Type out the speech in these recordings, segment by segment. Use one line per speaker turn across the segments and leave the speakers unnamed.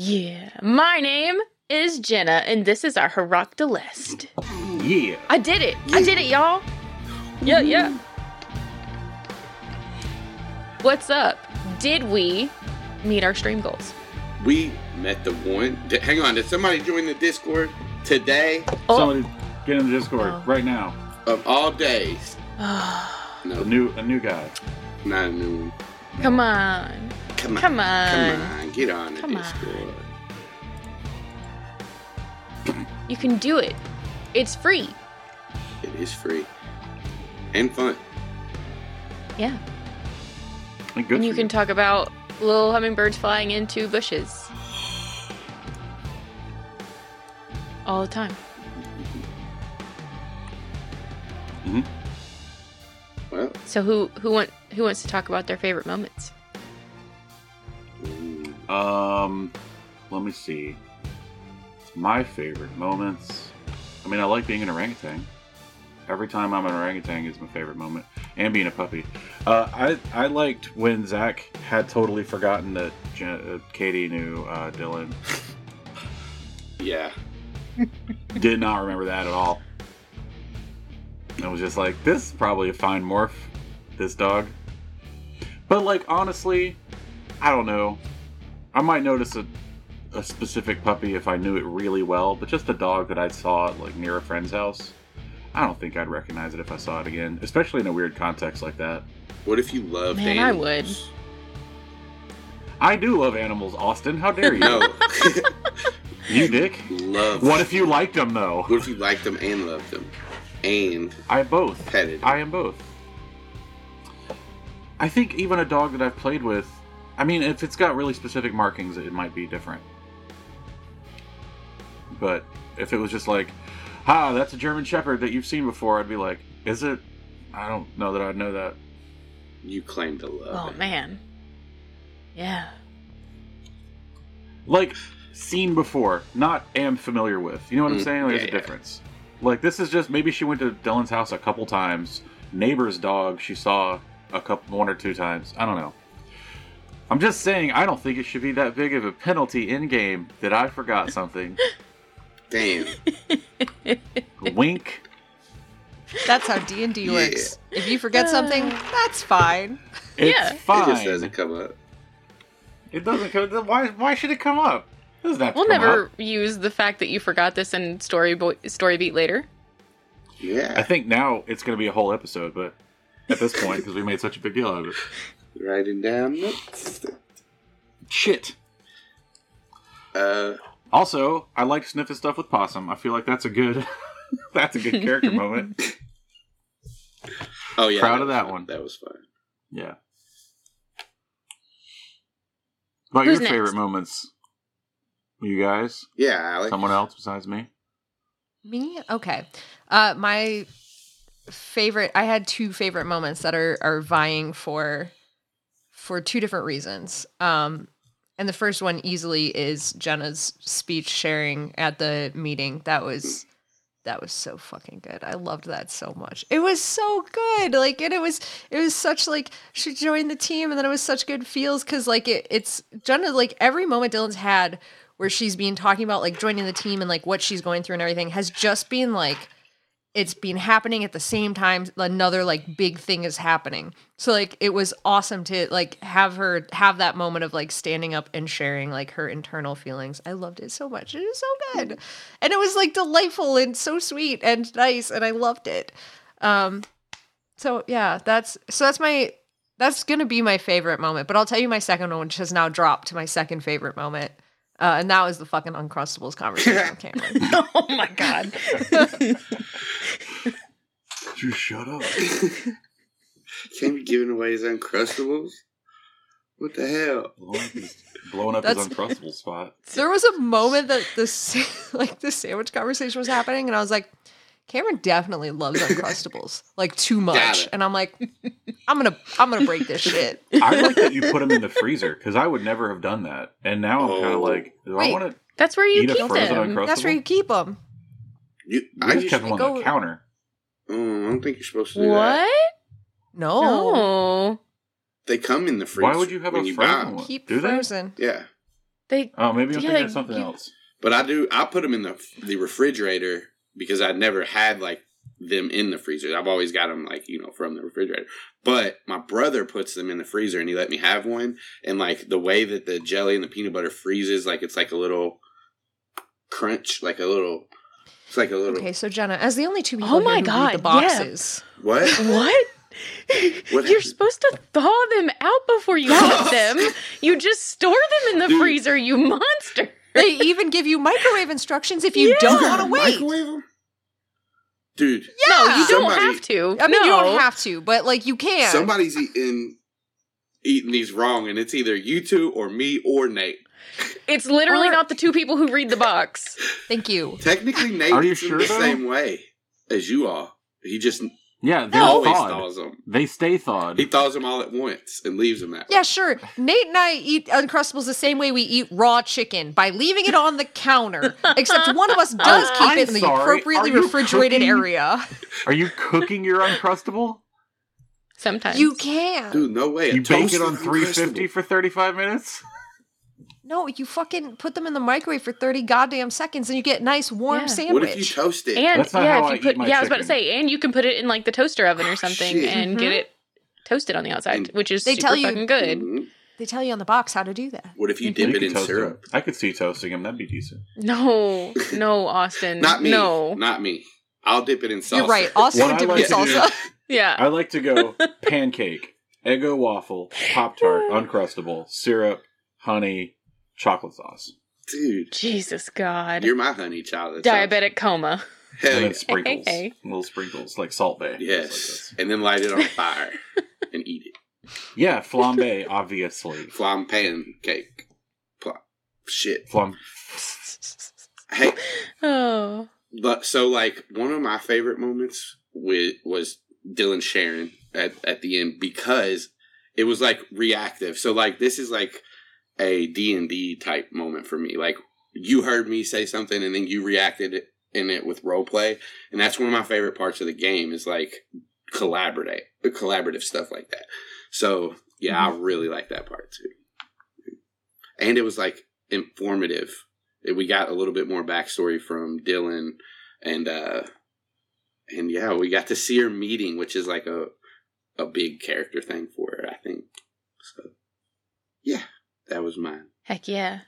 Yeah. My name is Jenna, and this is our Herakta list.
Yeah.
I did it. I did it, y'all. Yeah, yeah. What's up? Did we meet our stream goals?
We met the one. d- Hang on, did somebody join the Discord today
Oh.
Somebody get in the Discord
Oh.
right now.
of all days?
A
No,
new a new guy.
not a new one.
Come on.
Come on,
Come
come
on.
on, get on the
Come on.
Discord.
You can do it. It's free.
It is free and fun.
Yeah.
And good
and
for
you can talk about little hummingbirds flying into bushes. All the time.
Well,
So who who want who wants to talk about their favorite moments?
mm,
Um, let me see. My favorite moments. I mean, I like being an orangutan. Every time I'm an orangutan is my favorite moment, and being a puppy. Uh, I I liked when Zach had totally forgotten that Jen, uh, Katie knew uh, Dylan.
yeah.
Did not remember that at all. I was just like, this is probably a fine morph, this dog. But like honestly, I don't know. I might notice a, a specific puppy if I knew it really well, but just a dog that I saw like near a friend's house, I don't think I'd recognize it if I saw it again, especially in a weird context like that.
What if you loved
Man, I would.
animals?
I do love animals, Austin. How dare you?
No,
You dick.
love.
What if you liked them though?
What if you liked them and loved them, and
I both.
petted? them?
I am both. I think even a dog that I've played with, I mean, if it's got really specific markings, it might be different. But if it was just like, ah, that's a German Shepherd that you've seen before, I'd be like, is it? I don't know that I'd know that.
you claim to love.
Oh
it.
man. Yeah.
Like, seen before, not am familiar with. You know what I'm
Mm,
saying? Like,
yeah,
There's
yeah.
a difference. Like, this is just maybe she went to Dylan's house a couple times, neighbor's dog she saw a couple, one or two times. I don't know. I'm just saying, I don't think it should be that big of a penalty in game that I forgot something.
Damn.
Wink.
That's how D and D
Yeah.
works. If you forget something, that's fine.
It's
Yeah.
It
fine.
just doesn't come up.
It doesn't come. Why? Why should it come up? It doesn't have to
We'll
come
never
up.
use the fact that you forgot this in story bo- story beat later.
I
Yeah,
think now it's going to be a whole episode, but at this point, because we made such a big deal out of it.
writing down notes.
Shit.
Uh,
Also, I like sniffing stuff with possum. I feel like that's a good that's a good character moment.
oh yeah.
Proud of
was
that
fun.
one.
That was fun.
Yeah. About
Who's
your
next?
favorite moments, you guys?
Yeah, Alex.
Someone else besides me?
Me? Okay. Uh, my favorite. I had two favorite moments that are are vying for for two different reasons. Um, and the first one easily is Jenna's speech sharing at the meeting. That was that was so fucking good. I loved that so much. It was so good. Like and it was it was such like she joined the team and then it was such good feels cuz like it it's Jenna like every moment Dylan's had where she's been talking about like joining the team and like what she's going through and everything has just been like it's been happening at the same time another like big thing is happening so like it was awesome to like have her have that moment of like standing up and sharing like her internal feelings i loved it so much it was so good and it was like delightful and so sweet and nice and i loved it um so yeah that's so that's my that's gonna be my favorite moment but i'll tell you my second one which has now dropped to my second favorite moment uh, and that was the fucking uncrustables conversation with cameron
oh my god.
You shut up.
Can't be giving away his uncrustables. What the hell?
Blowing up his, blowing up
That's-
his uncrustable spot.
there was a moment that this like the sandwich conversation was happening and i was like cameron definitely loves uncrustables like too
Got
much
it.
and i'm like i'm gonna i'm gonna break this shit
I like that you put him in the freezer because I would never have done that. And now I'm kind
Oh.
of like, do
Wait.
I want to
That's where you
eat a
keep
frozen
them.
uncrustable?
that's where you keep them
You,
I
I
just
used,
kept him on
go-
the counter.
Mm, I don't think you're supposed to do that.
What? Oh.
no,
No.
They come in the freezer.
Why would you have
when
a
you buy
frozen
'em.
one?
keep
Do they?
frozen
Yeah,
They
Oh, maybe I'm
Yeah,
thinking of something
you-
else.
But I do. I put them in the the refrigerator because I never had like them in the freezer. I've always got them like you know from the refrigerator. But my brother puts them in the freezer and he let me have one. And like the way that the jelly and the peanut butter freezes, like it's like a little crunch, like a little. It's like a little
Okay, so Jenna, as the only two people
Oh my
here who read the
God, yeah.
boxes,
what?
what? You're
happened?
supposed to thaw them out before you eat them. You just store them in the
Dude.
freezer, you monster.
they even give you microwave instructions if you don't want to
gotta
wait.
microwave 'em? Dude,
No, you don't
Somebody-
have to.
I mean,
no.
you don't have to, but like you can.
somebody's eating eating these wrong, and it's either you two or me or Nate.
It's literally
Or-
not the two people who read the box.
Thank you.
Technically, Nate's
Are you
in
sure,
the
though?
same way as you are. He just
Yeah,
he
they're
always
thawed.
thaws them.
They stay thawed.
He thaws them all at once and leaves them that way.
Yeah, sure. Nate and I eat Uncrustables the same way we eat raw chicken by leaving it on the counter. Except one of us does
Oh,
keep
I'm
it in the
sorry.
appropriately
Are you
refrigerated
cooking?
area.
Are you cooking your uncrustable?
Sometimes
You can.
Dude, no way. a
You bake it
toaster
on
Uncrustable.
350 for 35 minutes?
No, you fucking put them in the microwave for 30 goddamn seconds and you get nice warm
Yeah.
sandwich.
What if you toast it?
And
That's not
yeah,
how
if
I
you
eat
put yeah,
my
I was about to
chicken.
say, and you can put it in like the toaster oven
Oh,
or something
shit.
and get it toasted on the outside,
Mm.
And-
which is
Mm-hmm. They
super
tell you- mm.
fucking good.
Mhm.
they tell you on the box how to do that.
What if you
You
dip it
could
in
toast
syrup?
them. I could see toasting them. That'd be decent.
No, no, Austin,
Not me.
No,
Not me. I'll dip it in salsa.
You're right. Also,
What I
dip
like
in
to do-
salsa.
yeah,
I like to go pancake, Eggo waffle, Pop Tart, Uncrustable, syrup, honey, chocolate sauce.
Dude,
Jesus God,
you're my honey child. That sounds-
diabetic coma.
And
Hell
then
yeah.
sprinkles.
Hey.
Little sprinkles, like salt bay.
Yes. And then light it on fire and eat it.
yeah, flambe, obviously.
Flam pancake. Pla- Shit.
Flam.
Hey,
Oh,
But so like one of my favorite moments with was Dylan Sharon at, at the end because it was like reactive. So like this is like a D and D type moment for me. Like you heard me say something and then you reacted in it with role play, and that's one of my favorite parts of the game is like collaborate collaborative stuff like that. So yeah, I really like that part too. And it was like informative it- we got a little bit more backstory from Dylan and uh and yeah, we got to see her meeting, which is like a a big character thing for her, I think. So yeah, that was mine.
heck yeah.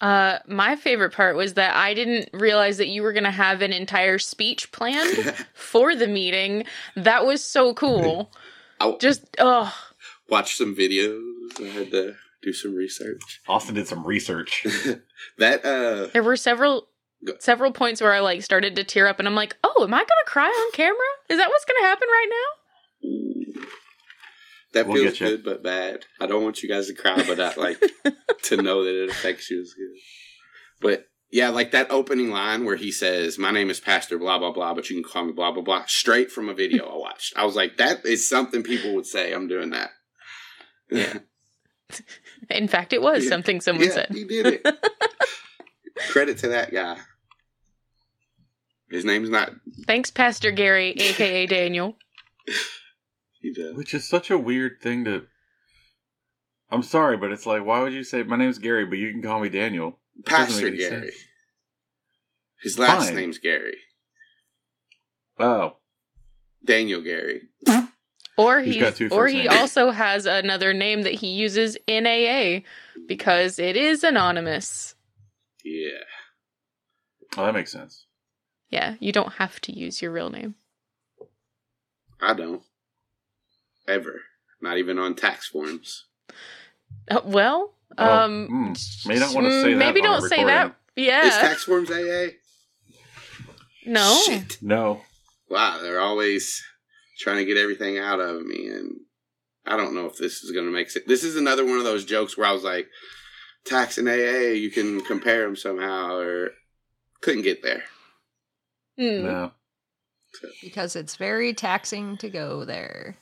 Uh, my favorite part was that I didn't realize that you were gonna have an entire speech planned for the meeting. That was so cool.
I
Just oh,
watched some videos. I had to do some research.
Austin did some research.
that uh
there were several
Go-
several points where I like started to tear up, and I'm like, oh, am I gonna cry on camera? Is that what's gonna happen right now?
Mm. that
We'll
feels
get ya.
good but bad. I don't want you guys to cry, but I like to know that it affects you is good. But yeah, like that opening line where he says, "My name is Pastor blah blah blah, but you can call me blah blah blah." Straight from a video I watched. I was like, that is something people would say. I'm doing that.
Yeah. In fact, it was
Yeah.
something someone
yeah,
said.
he did it. Credit to that guy. His name's not.
Thanks, Pastor Gary, aka Daniel.
He does.
Which is such a weird thing to. I'm sorry, but it's like, why would you say, my name's Gary, but you can call me Daniel? doesn't
Pastor
make any
Gary. His last
Fine.
name's Gary.
Oh.
Daniel Gary.
Or
He's
he
got two
or
first
he
names.
also has another name that he uses in AA because it is anonymous.
Yeah.
Oh, that makes sense.
Yeah, you don't have to use your real name.
I don't. Ever. Not even on tax forms.
Uh, well,
Oh,
um,
mm, may not wanna
mm,
say that
Maybe
on a
don't say that. Yeah,
Is tax forms AA?
no.
Shit.
No.
Wow, they're always trying to get everything out of me and I don't know if this is going to make sense. This is another one of those jokes where I was like tax and AA, you can compare them somehow or couldn't get there.
Mm.
No.
because it's very taxing to go there.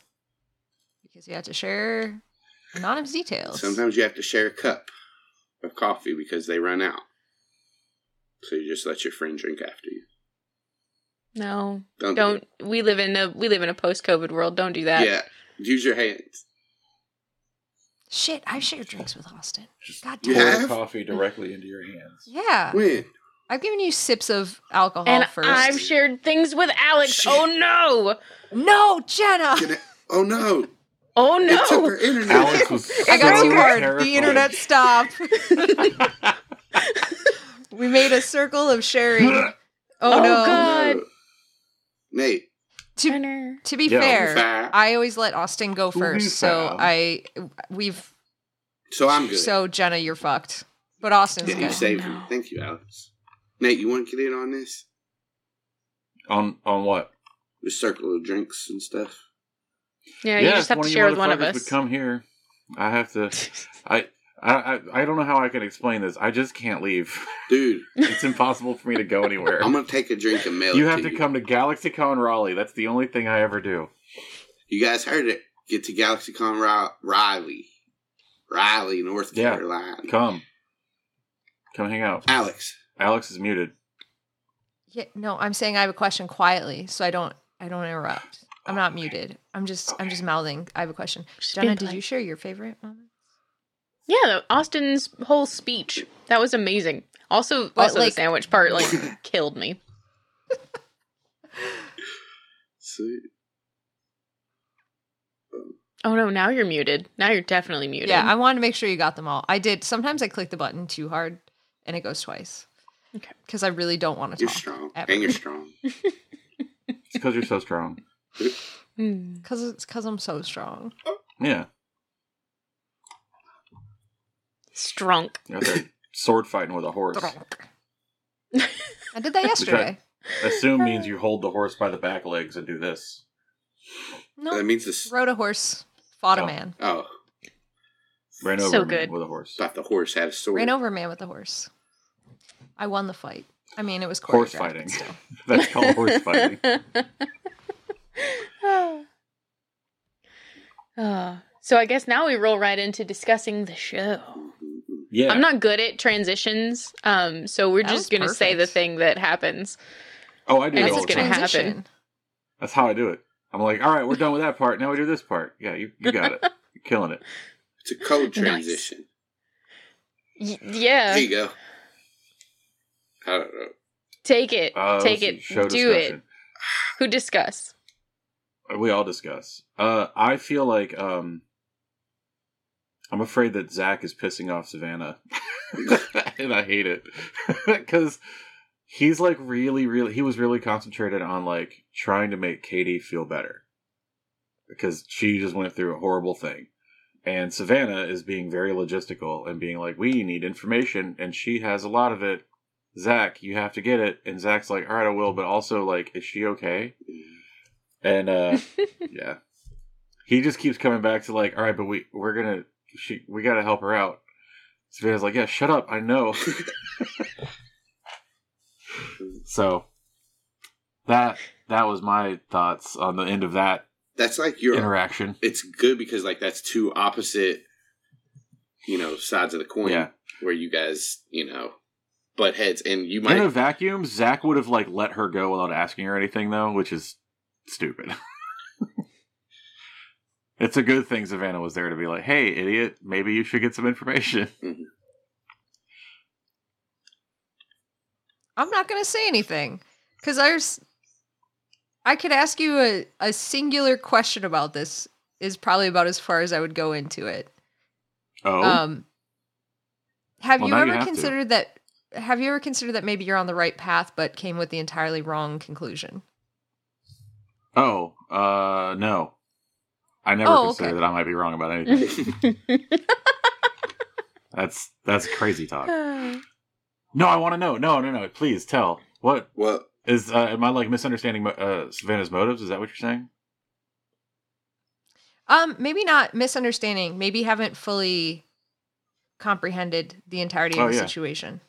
Because you have to share anonymous details.
Sometimes you have to share a cup of coffee because they run out. So you just let your friend drink after you.
No,
Don't, do
don't. We live in a we live in a post COVID world. Don't do
that.
that.
Yeah. Use your hands.
Shit, I've shared drinks with Austin.
Just
God
pour
damn.
Yeah.
it.
the
have?
coffee directly into your hands.
Yeah.
When?
I've given you sips of alcohol
and
first.
I've shared things with Alex.
Shit.
Oh no!
No, Jenna.
Can I- oh no!
Oh
It took her
no!
internet.
Alex was.
I got
so
too hard.
terrified.
The internet stopped. we made a circle of sharing. Oh,
Oh,
no.
God.
Nate.
To,
Hunter.
to be
Yeah.
fair,
Fine.
I always let Austin go
Who we
first. So
found.
I we've
So I'm good.
so Jenna, you're fucked. But Austin's
yeah,
good.
you saved
No.
me. Thank you, Alex. Nate, you want to get in on this?
on on what?
The circle of drinks and stuff.
Yeah, you
if
just have to
you
share with one of
motherfuckers
us.
Would come here. I have to. I. I, I, I don't know how I can explain this. I just can't leave.
Dude,
It's impossible for me to go anywhere.
I'm gonna take a drink and mail
You
it
have
to
to
you.
come to GalaxyCon Raleigh. That's the only thing I ever do.
You guys heard it. Get to GalaxyCon Ri- Riley, Riley, North
Yeah.
Carolina.
Come. Come hang out.
Alex,
Alex is muted.
Yeah, no, I'm saying I have a question quietly, so I don't I don't interrupt. I'm not muted. I'm just I'm just mouthing. I have a question.
Just
Jenna,
being
did
polite.
you share your favorite moment?
Yeah, Austin's whole speech that was amazing. Also,
But,
also
like-
the sandwich part like killed me.
see,
Oh no! Now you're muted. Now you're definitely muted.
Yeah, I wanted to make sure you got them all. I did. Sometimes I click the button too hard and it goes twice.
Okay.
Because I really don't want to
you're
talk.
strong,
Ever.
and you're strong.
It's because you're so strong.
Hmm.
Because it's because I'm so strong.
Yeah.
Strunk.
Out there sword fighting with a horse.
I did that yesterday.
Assume means you hold the horse by the back legs and do this.
No,
That means this.
rode a horse, fought
Oh.
a man,
Oh,
Ran over
So
a man
good.
with a horse.
thought the horse had a sword.
ran over a man with a horse. I won the fight. I mean, it was
Horse
choreographed, but
fighting. That's
still.
called horse fighting.
Ah. so I guess now we roll right into discussing the show.
Mm-hmm.
Yeah.
I'm not good at transitions, um, so we're
That was
just gonna say the
perfect.
thing that happens.
oh, I do
And
it
it's
all the
gonna
time.
happen.
Transition.
That's how I do it. I'm like, all right, we're done with that part. Now we do this part. Yeah, you, you got it. You're killing it.
It's a code
Nice.
transition.
Y- yeah,
There you go. I don't know.
take it,
Uh,
take
let's
it,
see, show
do
discussion.
it. Who discuss?
We all discuss. Uh, I feel like um, I'm afraid that Zach is pissing off Savannah, and I hate it because he's like really, really. He was really concentrated on like trying to make Katie feel better because she just went through a horrible thing, and Savannah is being very logistical and being like, "We need information," and she has a lot of it. Zach, you have to get it, and Zach's like, "All right, I will," but also like, is she okay? And uh yeah. He just keeps coming back to like, all right, but we we're gonna she we gotta help her out. Savannah's like, yeah, shut up, I know. so that that was my thoughts on the end of that
That's like your.
interaction.
It's good because like that's two opposite, you know, sides of the coin
Yeah.
where you guys, you know, butt heads, and you
In a
might.
vacuum, Zach would have like let her go without asking her anything though, which is stupid. it's a good thing Savannah was there to be like, hey, idiot, maybe you should get some information.
I'm not going to say anything because there's. I could ask you a, a singular question about this, is probably about as far as I would go into it.
Oh,
Um, have
Well,
you
now you
ever
have to.
considered that? Have you ever considered that maybe you're on the right path but came with the entirely wrong conclusion?
Oh, uh, no. I never
Oh,
consider
okay.
that I might be wrong about anything. That's that's crazy talk. No, I want to know. No, no, no. Please tell. What
Well,
is? Uh, am I like misunderstanding mo- uh, Savannah's motives? Is that what you're saying?
Um, maybe not misunderstanding. Maybe haven't fully comprehended the entirety
Oh,
of the
yeah.
situation.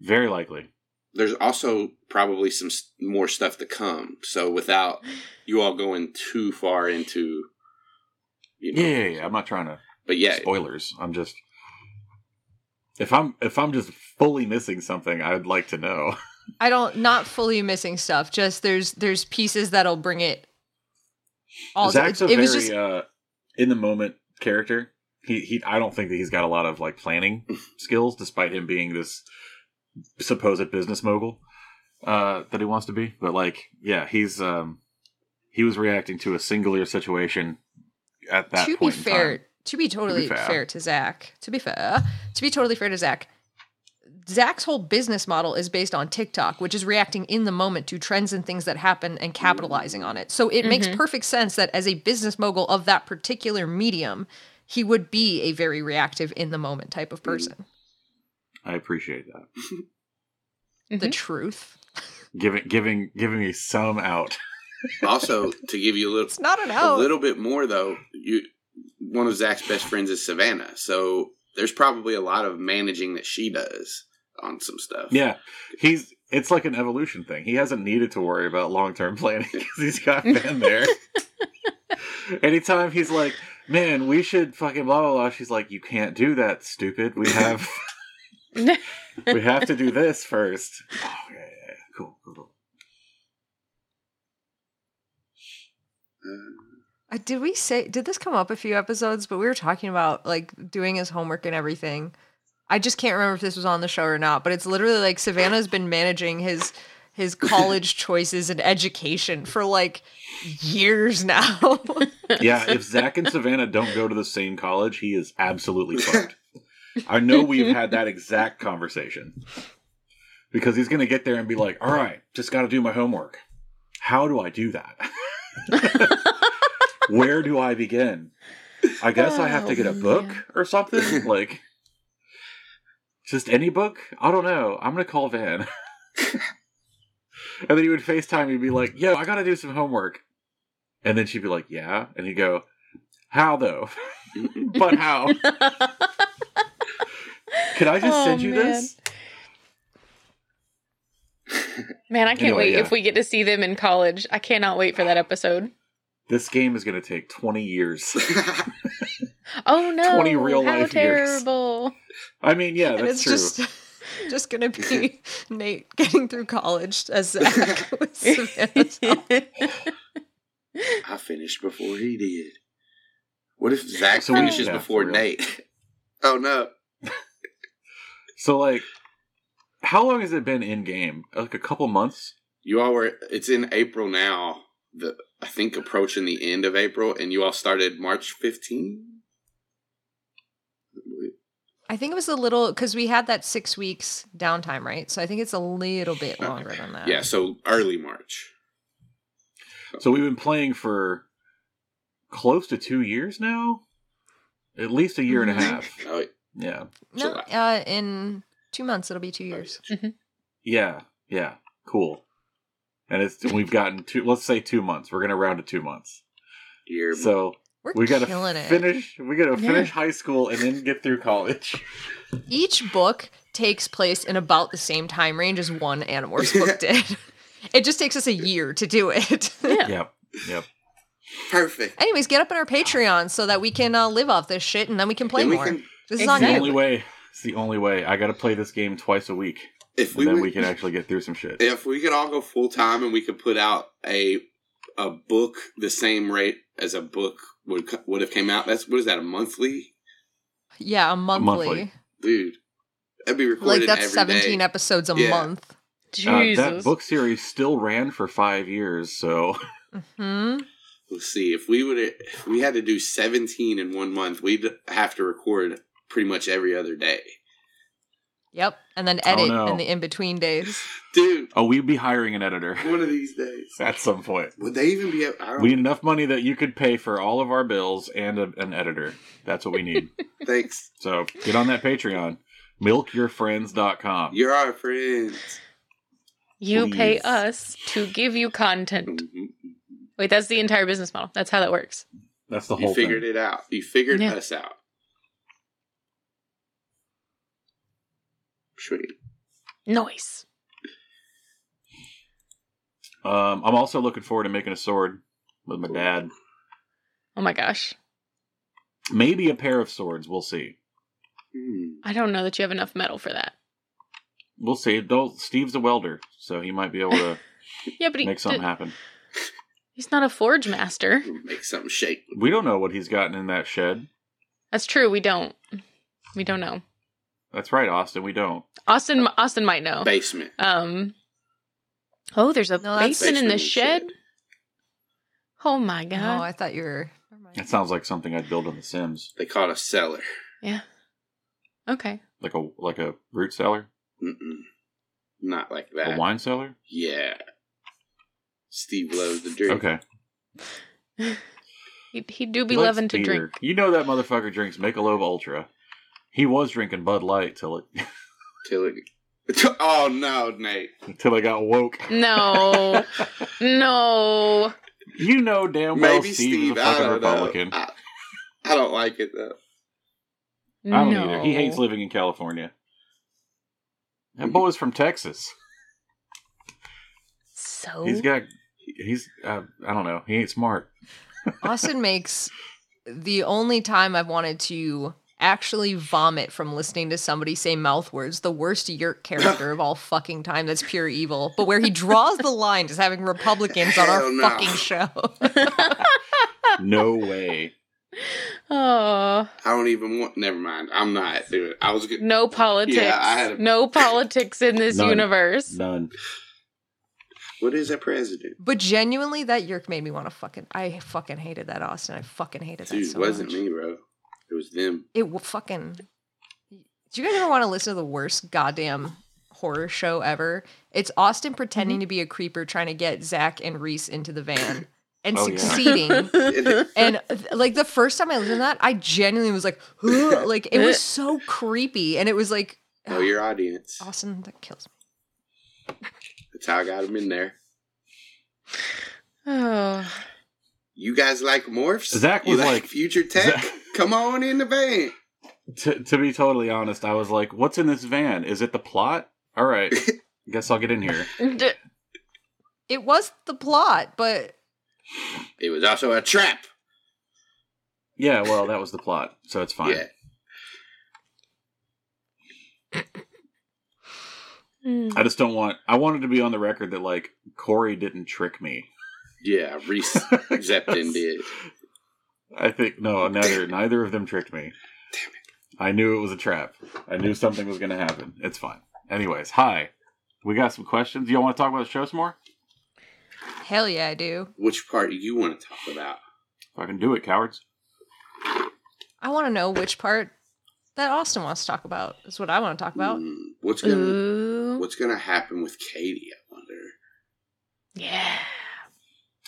Very likely.
there's also probably some s- more stuff to come. So without you all going too far into, you know,
Yeah, yeah, yeah. I'm not trying to
but yeah,
spoilers. I'm just if I'm if I'm just fully missing something, I'd like to know.
I don't not fully missing stuff. Just there's there's pieces that'll bring it. All
Zach's a
it, it
very
was just
uh, in the moment character. he, he I don't think that he's got a lot of like planning skills, despite him being this supposed business mogul uh, that he wants to be. But like, yeah, he's um, he was reacting to a singular situation at that.
to be
point in
fair,
time.
to be totally
fair.
fair. to Zach, to be fair, to be totally fair to Zach, Zach's whole business model is based on TikTok, which is reacting in the moment to trends and things that happen and capitalizing on it. So it makes perfect sense that as a business mogul of that particular medium, he would be a very reactive in the moment type of person.
I appreciate that.
The
Mhm.
truth.
Giving giving giving me some out.
also, to give you a little
It's not an
a
out.
little bit more though, you one of Zach's best friends is Savannah, so there's probably a lot of managing that she does on some stuff.
Yeah, he's it's like an evolution thing. He hasn't needed to worry about long term planning because he's got Ben there. Anytime he's like, "Man, we should fucking blah blah blah," she's like, "You can't do that, stupid. We have we have to do this first. Oh, yeah, yeah, yeah. Cool, cool, cool.
Uh, Did we say did this come up a few episodes? But we were talking about like doing his homework and everything. I just can't remember if this was on the show or not, but it's literally like Savannah's been managing his his college choices and education for like years now.
Yeah, if Zach and Savannah don't go to the same college, he is absolutely fucked. I know we've had that exact conversation because he's going to get there and be like, all right, just got to do my homework. How do I do that? Where do I begin? I guess I have to get a
Oh,
book
man.
or something. Like, just any book? I don't know. I'm going to call Van. and then he would FaceTime me and be like, yo, I got to do some homework. And then she'd be like, yeah. And he'd go, how though? but how? Can I just
Oh,
send you this?
Man, I can't
Anyway,
wait
yeah.
if we get to see them in college. I cannot wait for that episode.
This game is going to take 20 years.
Oh no!
20 real
how
life years. Uh,
terrible.
I mean, yeah,
and
that's
it's
true.
just just gonna be Nate getting through college as Zach with Savannah's help.
I finished before he did. What if Zach
So we-
finishes
yeah,
before
for real.
Nate? Oh no.
So, like, how long has it been in game? Like a couple months?
You all were it's in April now. The I think approaching the end of April and you all started March 15?
I think it was a little because we had that six weeks downtime, right? So I think it's a little bit longer than
Uh,
that.
Yeah, so early March.
So, we've been playing for close to two years now? At least a year and a
Mhm.
half.
Oh,
Yeah.
No,
July.
uh, in two months it'll be two years.
Yeah. Yeah. Cool. And it's we've gotten two, let's say two months. We're going to round to two months.
year.
So,
We're
we gotta
killing it.
finish. We gotta
Yeah.
finish high school and then get through college.
Each book takes place in about the same time range as one Animorphs book did. It just takes us a year to do it.
Yeah.
Yep. Yep.
perfect.
Anyways, get up on our Patreon so that we can uh, live off this shit and then we can play
Then we
more.
can-
this is
It's the
Exactly.
on
only
you.
way. It's the only way. I gotta play this game twice a week,
If
and
we
then
would,
we can actually get through some shit.
if we could all go full time and we could put out a a book the same rate as a book would co- would have came out. That's what is that a monthly,
Yeah, a monthly.
Monthly.
dude? That'd be recorded.
Like that's
every day.
17 episodes a
Yeah.
month.
Uh,
Jesus.
that book series still ran for five years, so
Hmm?
Let's see. If we would, if we had to do seventeen in one month, we'd have to record pretty much every other day,
Yep. And then
Oh,
edit
no.
in the in between days.
dude.
oh, we'd be hiring an editor
One of these days,
at some point.
would they even be? I don't
We need enough money that you could pay for all of our bills and a, an editor. That's what we need.
thanks.
so get on that Patreon, milkyourfriends.com.
You're our friends.
you pay
please.
us to give you content.
Mhm.
Wait, that's the entire business model. That's how that works.
That's the
You
whole
figured
thing.
it out. You figured
Yeah.
us out. Sweet.
Noise.
Um, I'm also looking forward to making a sword with my dad.
Oh my gosh.
Maybe a pair of swords. We'll see.
Hmm.
I don't know that you have enough metal for that.
We'll see. Though Steve's a welder, so he might be able to
Yeah, but he,
make something happen.
he's not a forge master.
Make something shake.
We don't know what he's gotten in that shed.
That's true. We don't. We don't know.
That's right, Austin. We don't.
Austin. Austin might know.
Basement.
Um. Oh, there's a
No, that's-
basin in
Basement
the
and
shed. Oh my god.
Oh, I thought you were. Never mind.
That sounds like something I'd build in The Sims,
They call it a cellar.
okay.
like a like a root cellar,
Mm-mm. Not like
a
that.
wine cellar.
Yeah. Steve loves the drink.
Okay,
He he do be
He likes
loving to
beer.
drink.
You know that motherfucker drinks Michelob Ultra. He was drinking Bud Light till it
Till it. Oh no, Nate.
until I got woke.
No, no.
You know damn well
Maybe
Steve,
Steve.
is a
I
fucking
don't
Republican.
know. I, I don't like it though.
I don't
no.
either. He hates living in California. That boy's from Texas.
So
He's got. He's. Uh, I don't know. He ain't smart.
Austin makes the only time I've wanted to actually vomit from listening to somebody say mouth words the worst Yerk character of all fucking time that's pure evil but where he draws the line is having republicans on our
Hell no.
fucking show
No way.
oh
I don't even want. Never mind. I'm not doing. It. I was. good.
no politics.
Yeah, I had a-
no politics in this
None.
universe.
None.
What is a president?
but genuinely that Yerk made me want to fucking I fucking hated that Austin I fucking hated that
Dude,
so
wasn't
much.
me, bro. It was them.
it w- fucking do you guys ever want to listen to the worst goddamn horror show ever it's austin pretending
Mm-hmm.
to be a creeper trying to get zach and reese into the van and
Oh, yeah.
succeeding and th- like the first time i listened to that i genuinely was like "Huh," like it was so creepy and it was like
Oh,
Know your audience.
austin that kills me
That's how I got them in there.
Oh.
You guys like morphs?
Zach
You
was like-
future tech.
Zach-
Come on in the van.
To, to be totally honest, I was like, "What's in this van? Is it the plot? All right, guess I'll get in here."
D-
it was the plot but
It was also a trap.
Yeah, well, that was the plot, so it's fine.
Yeah.
Mm.
I just don't want. I wanted to be on the record that like Corey didn't trick me.
Yeah. Reese Zepton did.
I think no, neither neither of them tricked me. Damn it! I knew it was a trap. I knew something was going to happen. It's fine. Anyways, hi. We got some questions. Y'all want to talk about the show some more?
hell yeah i do
Which part you want to talk about?
Fucking do it, cowards.
i want to know which part that austin wants to talk about is what i want to talk about
Mm.
Hmm, what's gonna
uh, Ooh.
What's gonna happen with Katie? I wonder.
Yeah.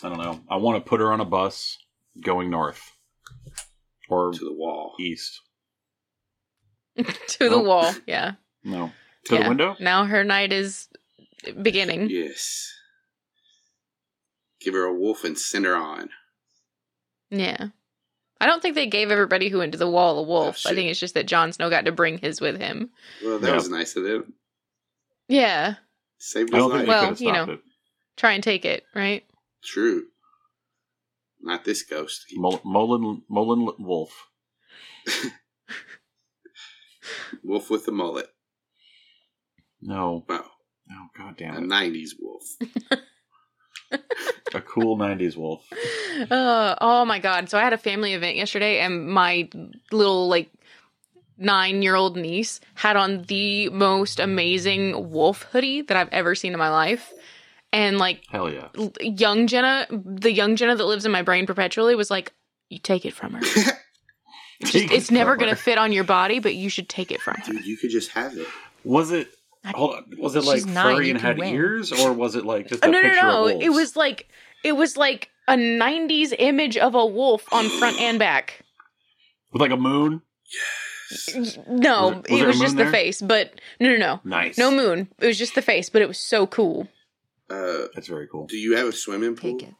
I don't know. I want to put her on a bus going north or
To the wall.
east.
to the
Oh.
wall. Yeah.
No, to
Yeah.
the window.
Now her night is beginning.
Yes. Give her a wolf and send her on.
Yeah. I don't think they gave everybody who went to the wall a wolf.
Oh,
I
shit.
think it's just that Jon Snow got to bring his with him.
Well, that
Yeah.
was nice of them.
Yeah.
Saved
I
his
don't think
life.
they
Well,
could have
you
stopped
know.
it.
Try and take it, right?
True. Not this ghost.
Mol- Molin Molin Wolf.
Wolf with a mullet.
No.
Wow.
Oh god
A
damn it.
90s wolf.
A cool '90s wolf.
Uh, oh my god. So I had a family event yesterday and my little like 9-year-old niece had on the most amazing wolf hoodie that I've ever seen in my life. And like
Hell yeah.
l- young Jenna, the young Jenna that lives in my brain perpetually was like, "You take it from her. It's, just- it's never going to fit on your body, but you should take it from her."
Dude, you could just have it.
Was it? Hold on. Was it like
She's nine,
furry
you
and
can
had
win.
ears, or was it like just a
Oh, no, no,
picture
no.
of wolves?
It was like it was like a '90s image of a wolf on front and back.
with like a moon.
No, it
Was it- was
was,
there a moon
just
there?
the face, but no, no, no,
Nice.
no moon. It was just the face, but it was so cool.
Uh,
That's very cool.
do you have a swimming pool?
take it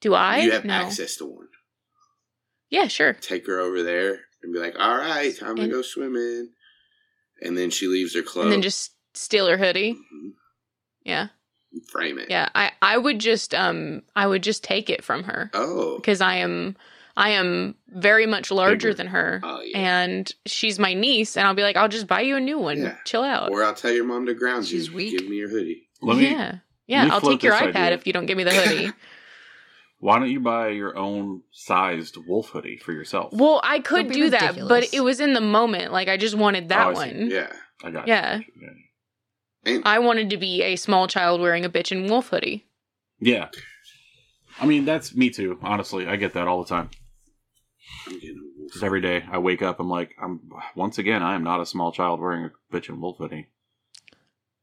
Do I?
you have
no.
access to one.
Yeah, sure.
Take her over there and be like, all right, time to
And-
go swimming. And then she leaves her clothes.
And then just steal her hoodie.
Mhm.
Yeah,
frame it.
yeah. I, I would just, um, I would just take it from her.
Oh.
because I am I am very much larger
Bigger.
than her.
Oh, yeah.
And she's my niece, and I'll be like, I'll just buy you a new one.
Yeah.
Chill out.
Or I'll tell your mom to ground
She's
you.
weak.
Give me your hoodie.
Let me.
yeah. Yeah,
me
I'll
float
take your
this
iPad
idea.
if you don't give me the hoodie.
Why don't you buy your own sized wolf hoodie for yourself?
Well, I could
be
do that, but
ridiculous.
it was in the moment. Like I just wanted that
Oh, I see.
one.
Yeah.
I got you.
Yeah.
And
Mm-hmm. I wanted to be a small child wearing a bitch and wolf hoodie.
Yeah. I mean, that's me too. Honestly, I get that all the time.
I'm getting a wolf.
Just every day, I wake up, I'm like, I'm once again, I am not a small child wearing a bitchin' wolf hoodie.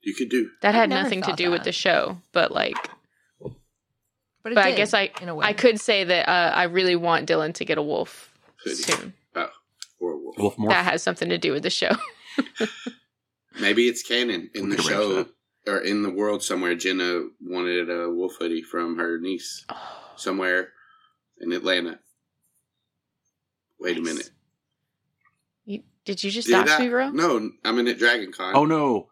You could do.
That
I've
had
never
nothing to
thought
do with
that.
the show, but like,
But, it
but I
did,
guess I
in a way.
I could say that uh, I really want Dylan to get a wolf
Hoodie.
soon.
Or a wolf.
Wolf morph.
That has something to do with the show.
Maybe it's canon in
We
the
could arrange
show
that.
or in the world somewhere. Jenna wanted a wolf hoodie from her niece somewhere in Atlanta. Wait a
Nice.
minute.
You- did you just
Did
dox
I-
me, bro?
No, I'm in at Dragon Con.
oh no,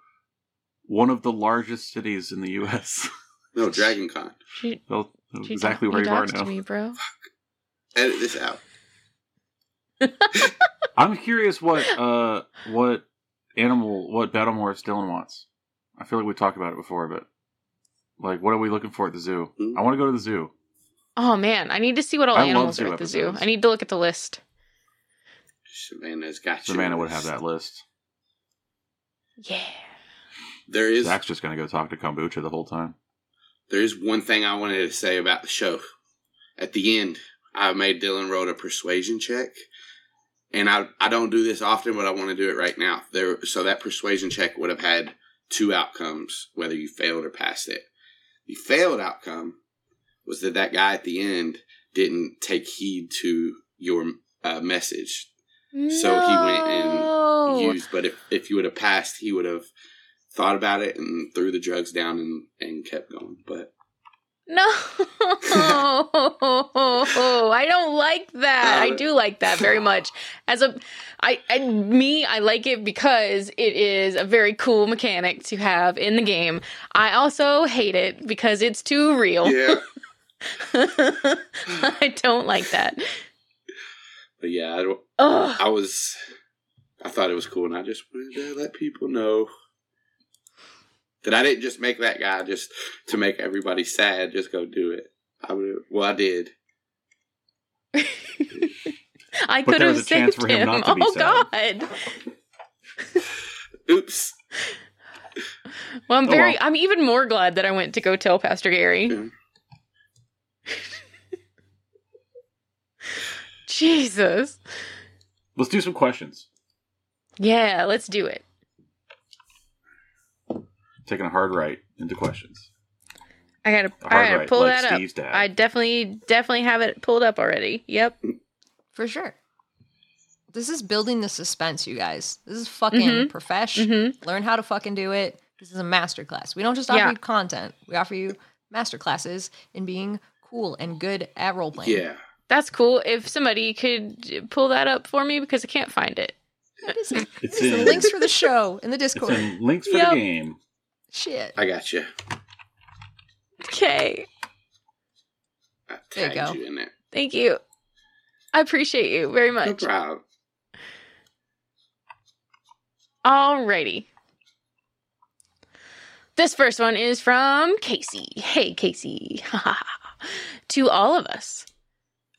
one of the largest cities in the U.S.
no, Dragon Con.
You-
Well,
you
exactly
dox-
where you are
doxed
now.
me, bro.
Edit this out.
I'm curious what uh what animal what battle morphs Dylan wants. I feel like we talked about it before, but like, what are we looking for at the zoo?
Hmm?
I want to go to the zoo.
Oh man, I need to see what all
I love
animals are
zoo
at the zoo.
episodes.
I need to look at the list.
Savannah's got you.
Savannah would have that list.
Yeah.
There is
Zach's just gonna go talk to kombucha the whole time.
there is one thing I wanted to say about the show. At the end, I made Dylan roll a persuasion check, and I I don't do this often, but I want to do it right now. There, so that persuasion check would have had two outcomes, whether you failed or passed it. The failed outcome was that that guy at the end didn't take heed to your uh, message So he went and
No.
used, but if, if you would have passed, he would have thought about it and threw the drugs down and, and kept going. But
No, I don't like that. I do like that very much. As a, I and me, I like it because it is a very cool mechanic to have in the game. I also hate it because it's too real.
yeah,
I don't like that.
but yeah, I, don't-
Ugh.
I was, I thought it was cool, and I just wanted to let people know that I didn't just make that guy just to make everybody sad. Just go do it. I would. Well, I did.
I
But
could
there
have
was a chance
saved
for him
him.
not to be
Oh
sad.
God.
Oops.
Well, I'm
Oh,
very.
well.
I'm even more glad that I went to go tell Pastor
Yeah.
Gary. Jesus.
Let's do some questions.
Yeah, let's do it.
Taking a hard right into questions.
I gotta.
A hard
I gotta
right,
pull
like
that
Steve's
up.
dad.
I definitely, definitely have it pulled up already. Yep.
for sure. This is building the suspense, you guys. This is fucking
Mhm.
profesh.
hmm
Learn how to fucking do it. This is a masterclass. We don't just offer
Yeah.
you content. We offer you masterclasses in being cool and good at role playing.
Yeah.
That's cool. If somebody could pull that up for me because I can't find it.
What is it?
It's
What is the
in-
links for the show in the
It's
Discord.
in links for
Yep.
the game.
Shit.
I got you.
Okay.
I
There you
tagged
go.
you in there.
Thank you. I appreciate you very
No
much.
problem.
Alrighty. This first one is from Casey. Hey, Casey. to all of us.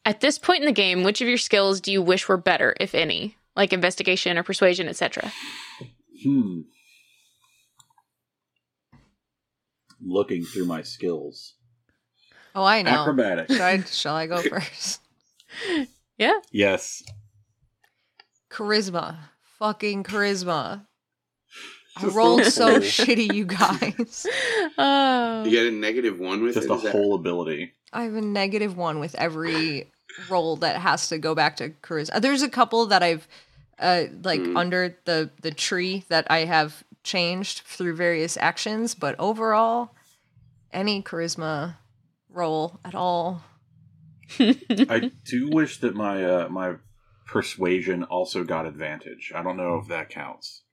At this point in the game, which of your skills do you wish were better, if any? Like investigation or persuasion, etc.
Hmm. Looking through my skills.
Oh, I know.
Acrobatics.
Should I, shall I go first?
Yes.
Charisma. Fucking charisma. I
Just
rolled
roll
so
four.
shitty, you guys.
Oh.
You got a negative one with
Just
it?
a
Is that-
whole ability.
I have a negative one with every roll that has to go back to charisma. There's a couple that I've uh like
Mm.
under the the tree that I have changed through various actions, but overall, any charisma roll at all.
I do wish that my uh, my persuasion also got advantage. I don't know if that counts,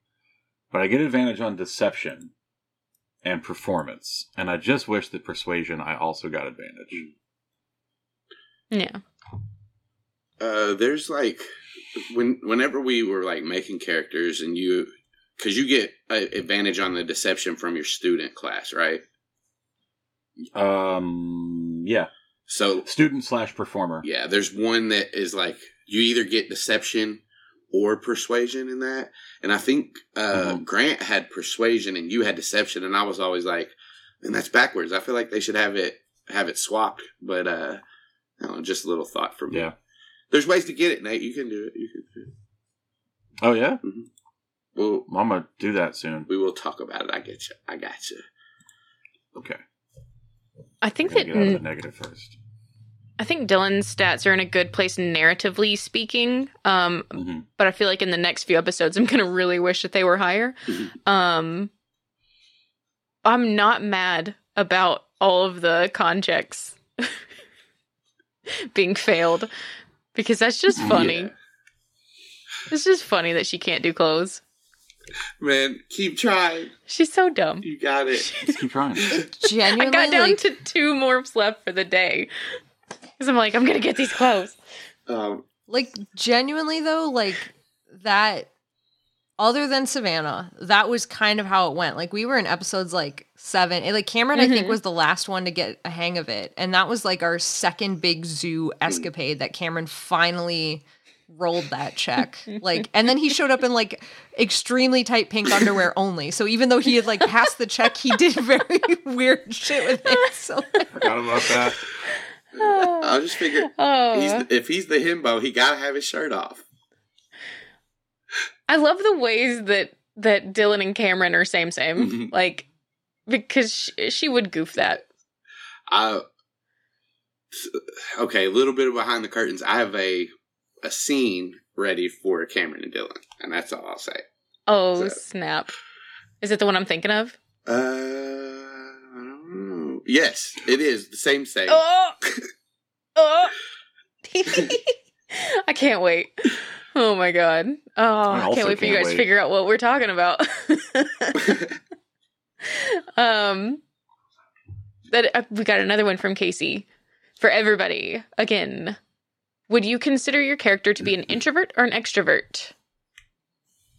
but I get advantage on deception and performance, and I just wish that persuasion I also got advantage.
Hmm.
Yeah.
Uh, there's like when whenever we were like making characters and you because you get a advantage on the deception from your student class right
Um, yeah,
So
Student slash performer.
yeah, there's one that is like you either get deception or persuasion in that. And I think uh,
Mhm.
Grant had persuasion and you had deception, and I was always like, and that's backwards. I feel like they should have it have it swapped, but uh, I don't know, just a little thought from me.
Yeah.
There's ways to get it, Nate. You can do it. You can do it.
Oh yeah,
Well,
Well, I'm gonna do that soon.
we will talk about it. I get you. I got you.
Okay.
I think uh, that
We're gonna get out of the negative first.
I think Dylan's stats are in a good place narratively speaking. Um,
hmm
but I feel like in the next few episodes, I'm gonna really wish that they were higher.
Mm-hmm.
um, I'm not mad about all of the con checks being failed because that's just funny.
Yeah.
It's just funny that she can't do clothes.
Man, keep trying.
She's so dumb.
You got it.
Let's keep trying.
Genuinely,
I got down
like,
to two morphs left for the day because I'm like, I'm gonna get these clothes.
Um,
like genuinely though, like that. Other than Savannah, that was kind of how it went. Like we were in episodes like seven. It, like Cameron, I think
Mhm.
was the last one to get a hang of it, and that was like our second big zoo escapade that Cameron finally rolled that check. Like, and then he showed up in like extremely tight pink underwear only. So even though he had like passed the check, he did very weird shit with it. So
Forgot about that.
I just figured
Oh,
he's, if he's the himbo, he gotta have his shirt off.
I love the ways that that Dylan and Cameron are same same.
Mhm.
Like because she, she would goof that.
I okay, a little bit of behind the curtains. I have a a scene ready for Cameron and Dylan, and that's all I'll say.
Oh
So-
snap! Is it the one I'm thinking of?
Uh, I don't know. yes, it is the same thing.
Oh, oh! I can't wait. Oh my god! Oh, I
also
can't wait for you
can't
guys to
wait.
figure out what we're talking about. um, that uh, we got another one from Casey for everybody again. Would you consider your character to be an introvert or an extrovert?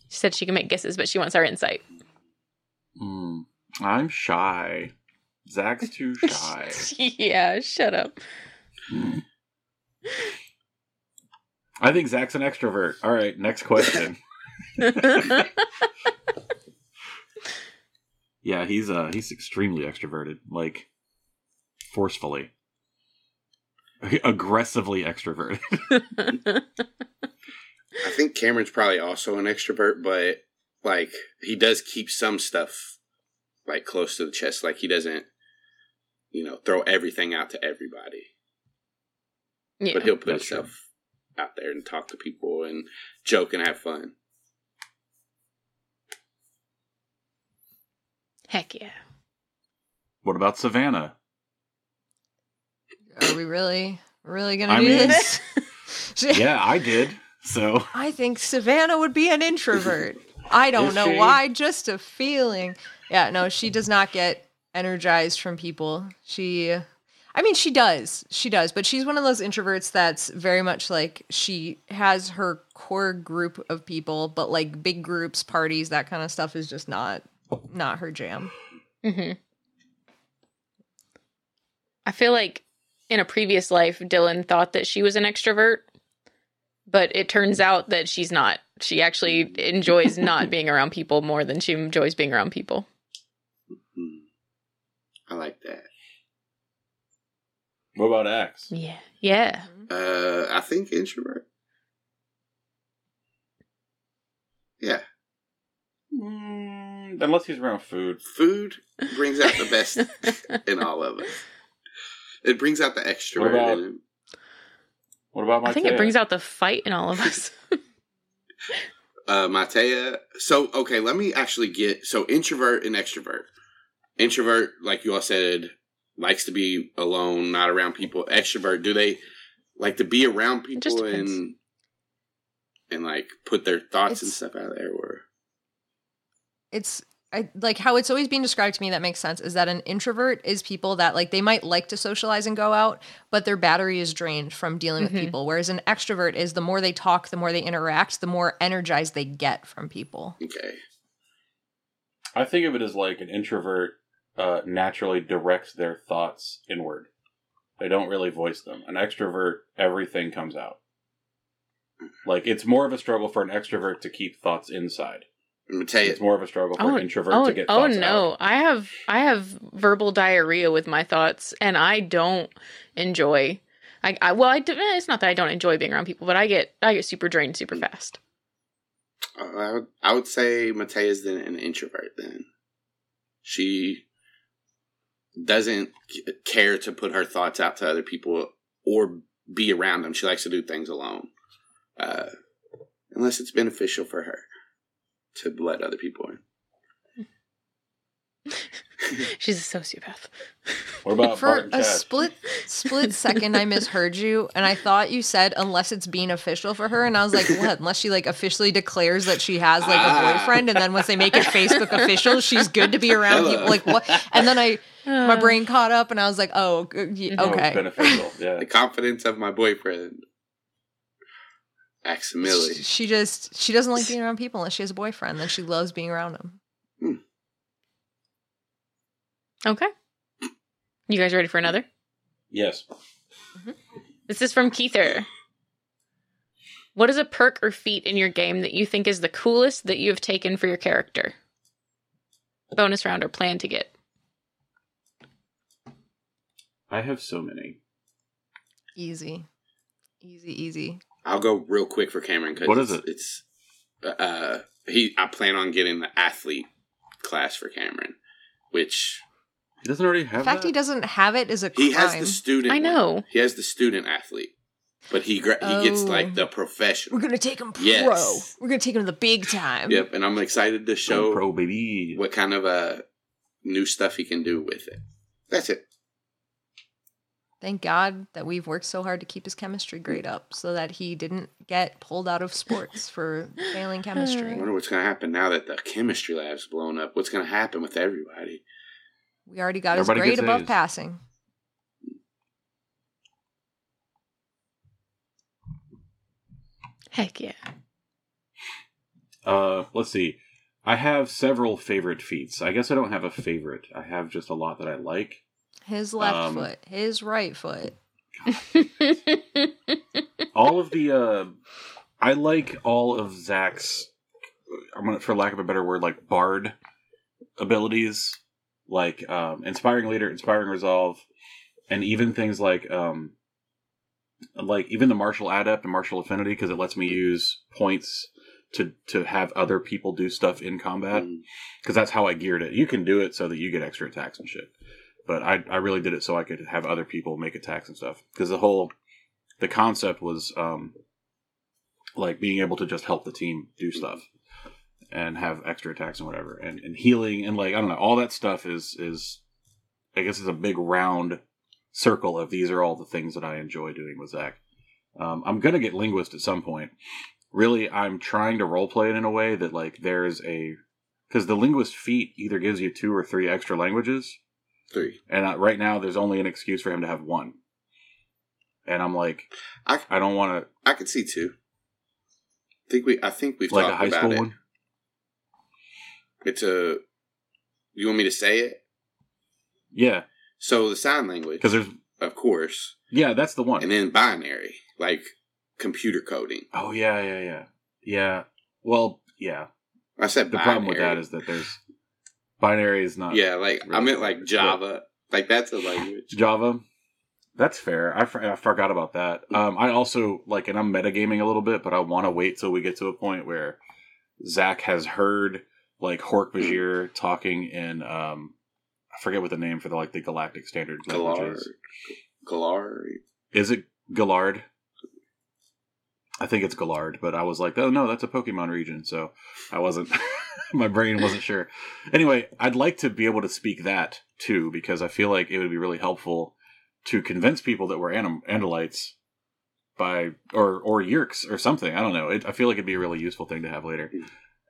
She said she can make guesses, but she wants our insight.
Mm, I'm shy. Zach's too shy.
yeah, shut up.
I think Zach's an extrovert. All right, next question. yeah, he's uh he's extremely extroverted, like forcefully, aggressively extroverted.
I think Cameron's probably also an extrovert, but like he does keep some stuff like close to the chest. Like he doesn't, you know, throw everything out to everybody.
yeah.
but he'll put
That's true.
himself out there and talk to people and joke and have fun.
Heck yeah.
what about Savannah?
are we really, really gonna
I
do
mean-
this?
Yeah, I did. So
I think Savannah would be an introvert. I don't
Is
know
she?
why, just a feeling. Yeah, no, she does not get energized from people. She I mean, she does. She does, but she's one of those introverts that's very much like she has her core group of people, but like big groups, parties, that kind of stuff is just not not her jam.
hmm I feel like in a previous life, Dylan thought that she was an extrovert, but it turns out that she's not. She actually enjoys not being around people more than she enjoys being around people.
Hmm. I like that.
what about Axe?
Yeah. Yeah.
Uh, I think introvert. Yeah,
Mm, unless he's around food.
food brings out the best in all of us. It brings out the extrovert.
about-
in him.
What about my?
I think it brings out the fight in all of us.
uh, Matea. So okay, let me actually get so introvert and extrovert. Introvert, like you all said, likes to be alone, not around people. Extrovert, do they like to be around
just
people
depends.
and and like put their thoughts and
It's-
stuff out there? Or
it's I, like how it's always been described to me that makes sense is that an introvert is people that like they might like to socialize and go out but their battery is drained from dealing
Mhm.
with people whereas an extrovert is the more they talk the more they interact the more energized they get from people
okay,
I think of it as like an introvert uh, naturally directs their thoughts inward. They don't really voice them. An extrovert, everything comes out. Like it's more of a struggle for an extrovert to keep thoughts inside.
I'm gonna tell you,
It's more of a struggle for
Oh,
an introvert
Oh,
to get
oh
thoughts
no.
out.
I have I have verbal diarrhea with my thoughts and I don't enjoy I, I well I do, eh, it's not that I don't enjoy being around people, but I get I get super drained super fast.
Uh, I would, I would say Matea's then an introvert. Then she doesn't c- care to put her thoughts out to other people or be around them. She likes to do things alone, uh, unless it's beneficial for her to let other people in.
She's a sociopath.
What about Bart
For
and
a
Chad?
split split second, I misheard you, and I thought you said unless it's being official for her, and I was like, what? Unless she like officially declares that she has like a
Ah.
boyfriend, and then once they make it Facebook official, she's good to be around
Hello.
people. Like what? And then I my
Uh,
brain caught up, and I was like, oh, g- y-
Mhm.
Oh, it's
okay.
beneficial. Yeah.
The confidence of my boyfriend, Aximili.
She, she just she doesn't like being around people unless she has a boyfriend. Then she loves being around them.
Um, Okay. You guys ready for another?
yes.
This is from Keither. What is a perk or feat in your game that you think is the coolest that you have taken for your character? Bonus round or plan to get.
I have so many.
Easy, easy, easy.
I'll go real quick for Cameron because
What is
it's, It's uh, he. I plan on getting the athlete class for Cameron, which
He doesn't already have
In fact,
that?
he doesn't have it as a crime.
he has the student.
I
one.
know.
he has the student athlete, but he gra- he gets
Oh.
like the
We're
professional.
gonna take him pro.
Yes.
We're gonna take him to the big time.
Yep, and I'm excited to
Go
show
pro baby.
what kind of uh, new stuff he can do with it. That's it.
Thank God that we've worked so hard to keep his chemistry grade up so that he didn't get pulled out of sports for failing
I
chemistry.
wonder what's going to happen now that the chemistry lab's blown up. What's going to happen with everybody?
We already got his
Everybody
grade
gets
above
A's.
passing.
Heck yeah.
Uh, let's see. I have several favorite feats. I guess I don't have a favorite. I have just a lot that I like.
His left
Um,
foot, his right foot.
all of the uh i like all of zach's i'm gonna for lack of a better word like bard abilities like um inspiring leader inspiring resolve and even things like um like even the martial adept and martial affinity because it lets me use points to to have other people do stuff in combat
Mm.
because that's how I geared it. You can do it so that you get extra attacks and shit. But I, I really did it so I could have other people make attacks and stuff. Because the whole, the concept was um, like being able to just help the team do stuff and have extra attacks and whatever and, and healing and like I don't know all that stuff is is I guess is a big round circle of these are all the things that I enjoy doing with Zach. Um, I'm gonna get linguist at some point. Really, I'm trying to roleplay it in a way that like there's a because the linguist feat either gives you two or three extra languages
Three.
and uh, right now there's only an excuse for him to have one and i'm like
I-
i don't want to
I could see two. I think we. I think we've
like a
talked
high
about
school
it.
one
It's a. You want me to say it?
yeah
So the sign language,
because there's
of course,
yeah that's the one
and then binary, like computer coding.
oh yeah yeah yeah yeah well yeah
I said
the
binary.
problem with that is that there's binary is not
yeah, like I
really
meant like
coded,
Java, like that's a language.
Java. That's fair. I, fr- I forgot about that. Um, I also like, and I'm metagaming a little bit, but I want to wait till we get to a point where Zach has heard like Hork Bajir talking in um, I forget what the name for the like the Galactic Standard language
Galar,
is.
Galar.
Is it Gallard? I think it's Gallard, but I was like, oh no, that's a Pokemon region, so I wasn't. my brain wasn't sure. Anyway, I'd like to be able to speak that too because I feel like it would be really helpful to convince people that we're anim- Andalites by or or Yerks or something. I don't know. It, I feel like it'd be a really useful thing to have later.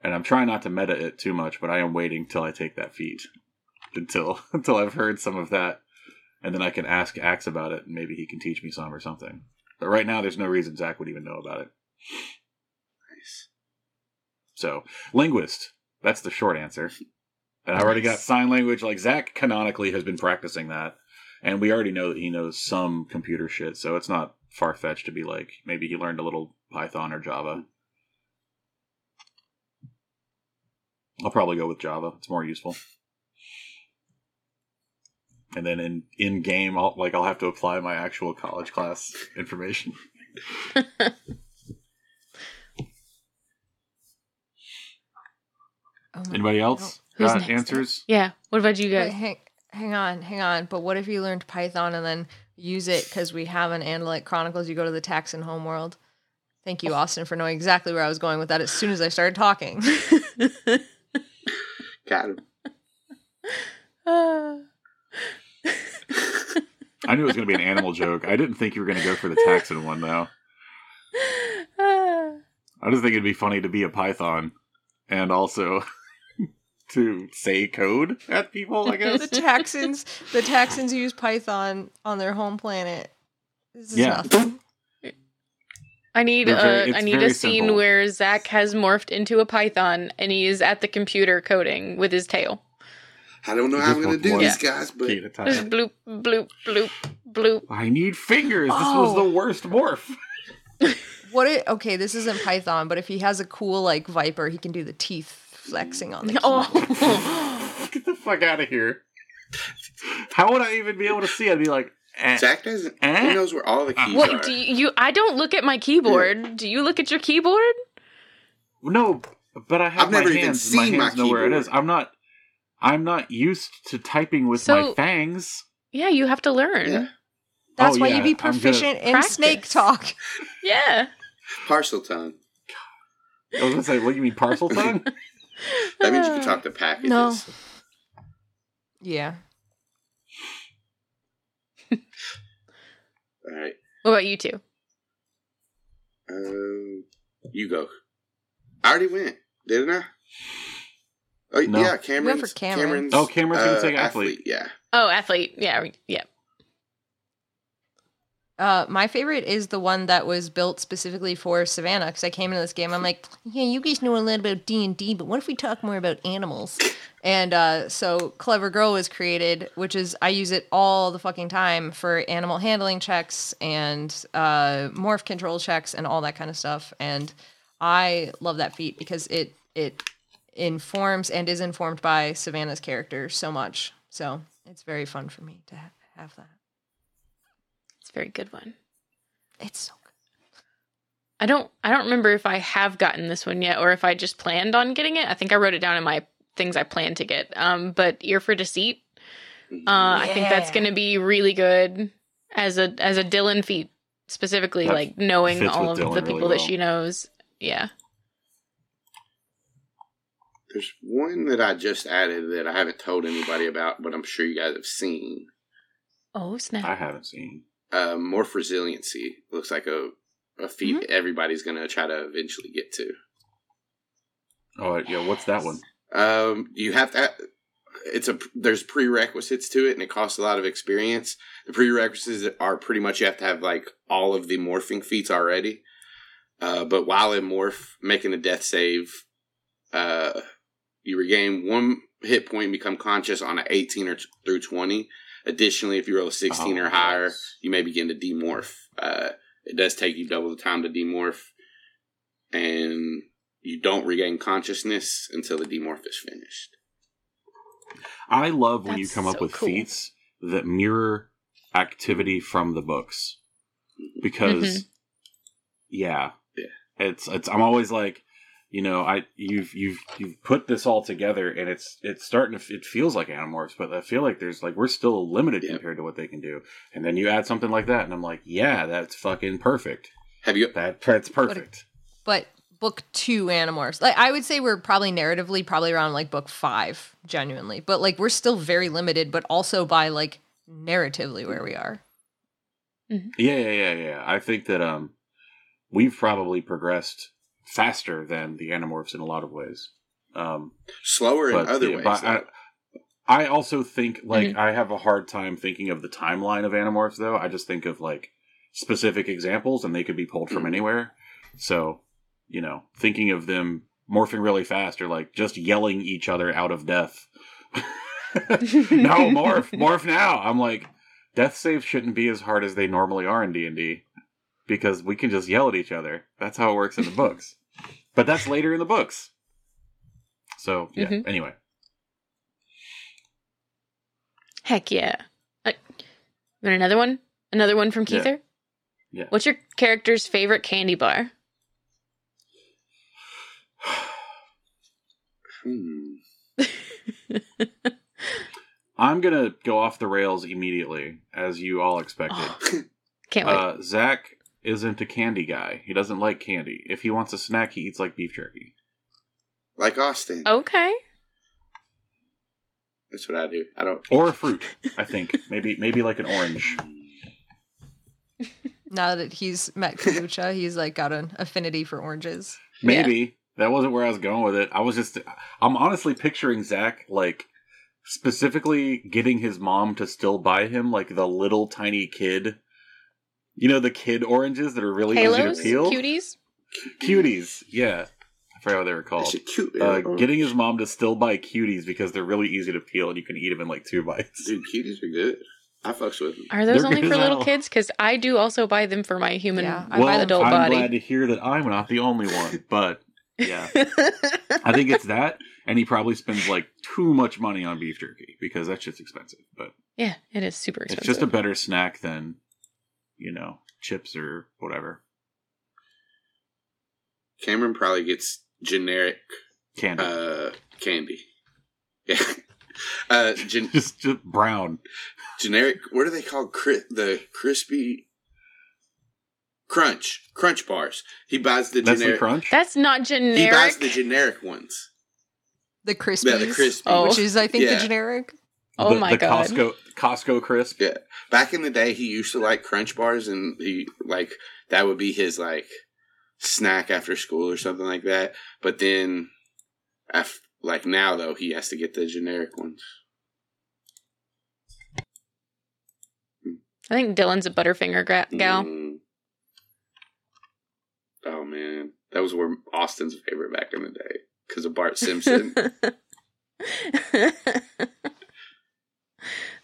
And I'm trying not to meta it too much, but I am waiting till I take that feat until until I've heard some of that and then I can ask Axe about it, and maybe he can teach me some or something. But right now, there's no reason Zach would even know about it.
Nice.
So, linguist, that's the short answer. And I already got
Nice.
sign language. Like, Zach canonically has been practicing that. and we already know that he knows some computer shit, so it's not far fetched to be like maybe he learned a little Python or Java. I'll probably go with Java; it's more useful. And then in in game, I'll like I'll have to apply my actual college class information.
Oh my
Anybody
God,
else
Who's
got
next?
answers?
Yeah. What about you
no.
guys?
Wait, hang, hang on, hang on. But what if you learned Python and then use it because we have an Andalite Chronicles? You go to the Taxon homeworld. Thank you, Austin, for knowing exactly where I was going with that as soon as I started talking.
Got him.
Uh,
I knew it was going to be an animal joke. I didn't think you were going to go for the taxon one though.
uh,
I just think it'd be funny to be a Python and also to say code at people, I
the
guess.
Taxons, the Taxons use Python on their home planet. This is
Yeah.
nothing.
I need
They're very-
a I
it's
need
very
a scene
simple.
where Zach has morphed into a python and he is at the computer coding with his tail.
I don't know how I'm gonna do
One
this, guys, but
Key at a
Just
time.
bloop bloop bloop bloop.
I need fingers. This was
Oh.
the worst morph.
What? It, okay, this isn't Python, but if he has a cool like viper, he can do the teeth flexing on the. key.
Oh,
Get the fuck out of here. How would I even be able to see? I'd be like, eh.
Zach doesn't.
Eh?
He knows where all the keys are.
what do you, you? I don't look at my keyboard. Do you look at your keyboard?
No, but I have
I've
my
never even
hands. my
seen my
hands know where it
keyboard.
is. I'm not. I'm not used to typing with my
So-
fangs.
Yeah, you have to learn.
Yeah.
Yeah.
That's
Oh,
why
yeah,
you'd be
I'm gonna-
proficient in
Practice.
snake talk.
Parcel tongue.
I was gonna say, what you mean, parcel tongue?
That means you can talk to packages.
No. Yeah.
All right.
What about you two?
Um, you go. I already went, didn't I? Oh
No.
yeah, Cameron's,
for Cameron.
Cameron's. uh,
Oh, Cameron's gonna take athlete.
Yeah.
Oh, athlete. Yeah, we- yeah.
Uh, my favorite is the one that was built specifically for Savannah because I came into this game. I'm like, yeah, you guys know a lot about D and D, but what if we talk more about animals? And uh, so, Clever Girl was created, which is I use it all the fucking time for animal handling checks and uh, morph control checks and all that kind of stuff. And I love that feat because it it informs and is informed by Savannah's character so much. So it's very fun for me to ha- have that.
It's a very good one.
It's so good.
I don't I don't remember if I have gotten this one yet or if I just planned on getting it. I think I wrote it down in my things I planned to get. Um, but Ear for Deceit. Uh,
Mm-hmm.
I think that's
Yeah.
going to be really good as a as a Dylan feat specifically,
That
like knowing
fits
all of
with Dylan
the
really
people that
well.
she knows. Yeah.
There's one that I just added that I haven't told anybody about, but I'm sure you guys have seen.
Oh
I
snap!
haven't seen.
Uh, Morph resiliency looks like a a feat
Mm-hmm.
everybody's gonna try to eventually get to.
Oh yeah, what's that one?
Um, you have to. It's a there's prerequisites to it, and it costs a lot of experience. The prerequisites are pretty much you have to have like all of the morphing feats already. Uh, but while in morph, making a death save, uh, you regain one hit point and become conscious on an 18 or t- through 20. Additionally, if you roll a 16
Oh,
or higher,
yes.
you may begin to demorph. Uh, it does take you double the time to demorph, and you don't regain consciousness until the demorph is finished.
I love when you
That's
come up
so
with
cool.
feats that mirror activity from the books because
Mm-hmm.
yeah,
Mm-hmm. Yeah.
it's it's I'm always like you know I you've you've you've put this all together and it's it's starting to f- it feels like animorphs but I feel like there's like we're still limited
Yeah.
compared to what they can do and then you add something like that and I'm like yeah that's fucking perfect
Have you?
that that's perfect
but book two animorphs like i would say we're probably narratively probably around like book five genuinely but like we're still very limited but also by like narratively where we are
Yeah, yeah, yeah, yeah. I think that um, we've probably progressed faster than the Animorphs in a lot of ways. Um,
Slower in
but
other
yeah,
ways.
but I,
though.
I also think like I have a hard time thinking of the timeline of Animorphs though. I just think of like specific examples, and they could be pulled from
Mhm.
anywhere. So, you know, thinking of them morphing really fast or like just yelling each other out of death. no, morph, morph now. I'm like, Death saves shouldn't be as hard as they normally are in D and D, because we can just yell at each other. That's how it works in the books. But that's later in the books. So yeah.
Mhm.
Anyway,
Heck yeah. Uh, you want another one? Another one from
Yeah.
Keither?
Yeah.
What's your character's favorite candy bar?
Hmm.
I'm gonna go off the rails immediately, as you all expected.
Oh, Can't wait.
Uh, Zach isn't a candy guy. He doesn't like candy. If he wants a snack, he eats like beef jerky.
like Austin.
okay.
That's what I do. I don't.
Or a fruit, I think. maybe maybe like an orange.
Now that he's met Kalucha, he's like got an affinity for oranges.
Maybe. That wasn't where I was going with it. I was just I'm honestly picturing Zach like specifically getting his mom to still buy him like the little tiny kid. You know the kid oranges that are really
Halos?
easy to peel?
Cuties?
Cuties, yeah. I forgot what they were called.
That's a cute.
Uh,
little-
getting his mom to still buy cuties because they're really easy to peel and you can eat them in like two bites.
dude, cuties are good. I fucks with them.
Are those
They're
only
good
for
as
little
hell.
kids? Because I do also buy them for my human
Yeah, I buy
uh, well,
them
adult
I'm glad
body.
to hear that I'm not the only one, but yeah, I think it's that, and he probably spends like too much money on beef jerky because that shit's expensive. But
yeah, it is super expensive.
it's just a better snack than you know chips or whatever
Cameron probably gets generic
candy.
uh, candy. Yeah. Uh, gen-
just, just brown.
generic. What are they called? Cri- the crispy crunch crunch bars. He buys the
That's the
generic.
crunch.
That's not
he buys
generic.
the generic ones.
The crispies.
Yeah, the crispy.
Oh.
Which is, I think,
Yeah.
the generic.
oh
the,
my
the
God.
Costco Costco crisp.
Yeah. Back in the day, he used to like crunch bars, and he like that would be his like snack after school or something like that. But then, af like now though, he has to get the generic ones.
I think Dylan's a Butterfinger gra- gal.
Mm. Oh man, that was where Austin's favorite back in the day because of Bart Simpson.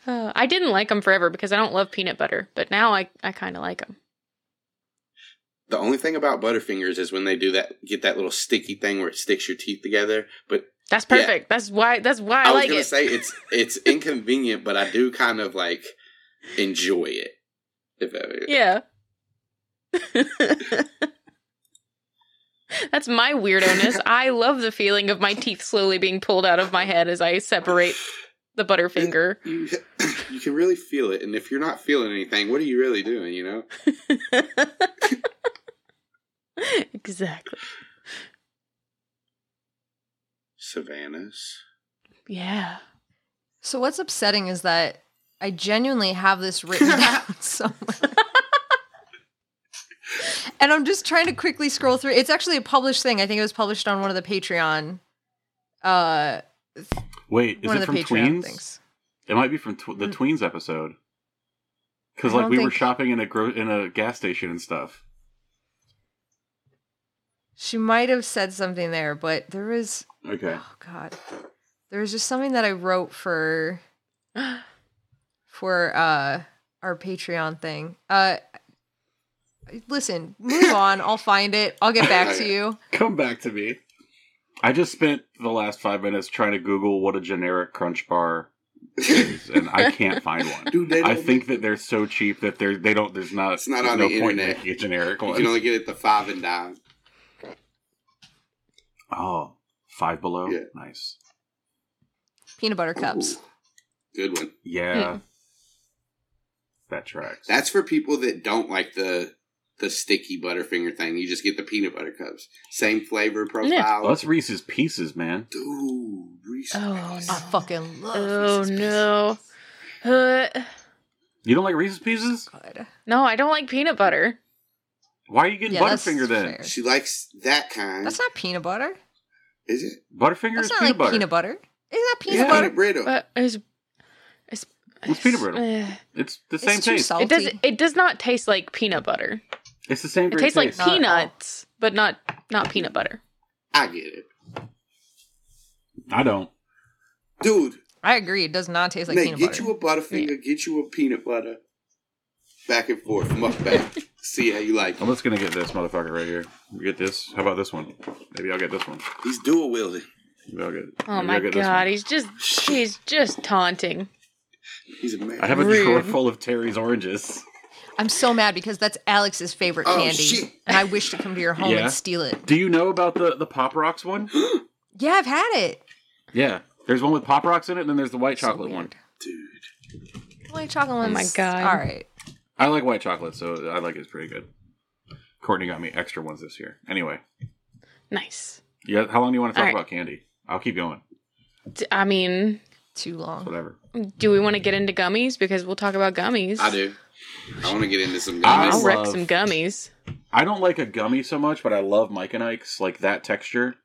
Uh, I didn't like them forever because I don't love peanut butter, but now I, I kind of like them.
the only thing about Butterfingers is when they do that, get that little sticky thing where it sticks your teeth together. But
That's
Yeah.
perfect. That's why. That's why I,
I, was
like
gonna
it.
say it's it's inconvenient, but I do kind of like enjoy it. If I,
yeah. That's my weirdoness. I love the feeling of my teeth slowly being pulled out of my head as I separate the butterfinger.
you you can really feel it, and if you're not feeling anything, what are you really doing? You know,
exactly.
Savannah's.
Yeah.
So what's upsetting is that I genuinely have this written down somewhere. and I'm just trying to quickly scroll through. It's actually a published thing. I think it was published on one of the Patreon uh
Wait, is
one
it
of the
from
Patreon
Tweens?
things.
It might be from tw- the
Mm.
Tweens episode. Because
I
like
don't
we were
think-
shopping in a gro- in a gas station and stuff.
She might have said something there, but there was
Okay.
oh god. There was just something that I wrote for for uh our Patreon thing. Uh listen, move on. I'll find it. I'll get back to you.
Come back to me. I just spent the last five minutes trying to Google what a generic crunch bar is, and I can't find one.
Dude, they
I think that they're so cheap that they're they don't. There's not.
It's not
there's
on
no
the
point in
internet.
making a generic
you
one.
can only get it the five and dime.
oh, five below.
Yeah.
Nice.
Peanut butter cups.
Ooh, good one.
Hmm.
Yeah. That tracks.
That's for people that don't like the the sticky Butterfinger thing. You just get the peanut butter cups, same flavor profile.
well, that's Reese's Pieces, man.
Dude, Reese's
Oh,
Pieces.
I fucking love
Oh,
Reese's Pieces.
no. Uh,
You don't like Reese's Pieces?
God.
no, I don't like peanut butter.
Why are you getting
Yeah, that's
Butterfinger then?
fair.
She likes that kind.
That's not peanut butter.
is it?
Butterfinger
That's
is
not
peanut
like
butter.
peanut butter. Isn't that peanut
Yeah.
butter?
Brittle.
But it's, it's,
What's peanut butter?
eh.
It's the same
it's too
taste.
salty.
It does. It does not taste like peanut butter.
It's the same.
It
great
tastes like
taste.
Not at all.
peanuts, but not not peanut butter.
I get it,
I don't.
dude.
I agree. It does not taste like
Nate,
peanut
get
butter.
you a Butterfinger, get you a peanut butter. Back and forth, muck back. See how you like. it.
I'm just gonna get this motherfucker right here. You get this? How about this one? Maybe I'll get this one.
He's dual wielding.
Maybe I'll get.
Oh
maybe
my
I'll get this
god,
one.
he's just he's just taunting.
He's a man.
I have a
Rude.
drawer full of Terry's oranges.
I'm so mad because that's Alex's favorite
Oh,
candy,
shit.
and I wish to come to your home
Yeah?
and steal it.
Do you know about the the Pop Rocks one?
Yeah, I've had it.
yeah, there's one with Pop Rocks in it, and then there's the white chocolate one.
Dude.
White chocolate ones.
Oh my God.
All right.
I like white chocolate, so I like it's pretty good. Courtney got me extra ones this year. Anyway,
Nice.
yeah. How long do you want to talk
Alright.
about candy? I'll keep going.
D- I mean,
Too long.
Whatever.
do we want to get into gummies because we'll talk about gummies?
I do. I want to get into some
I
I'll
gummies.
wreck
love-
some gummies.
I don't like a gummy so much, but I love Mike and Ike's like that texture.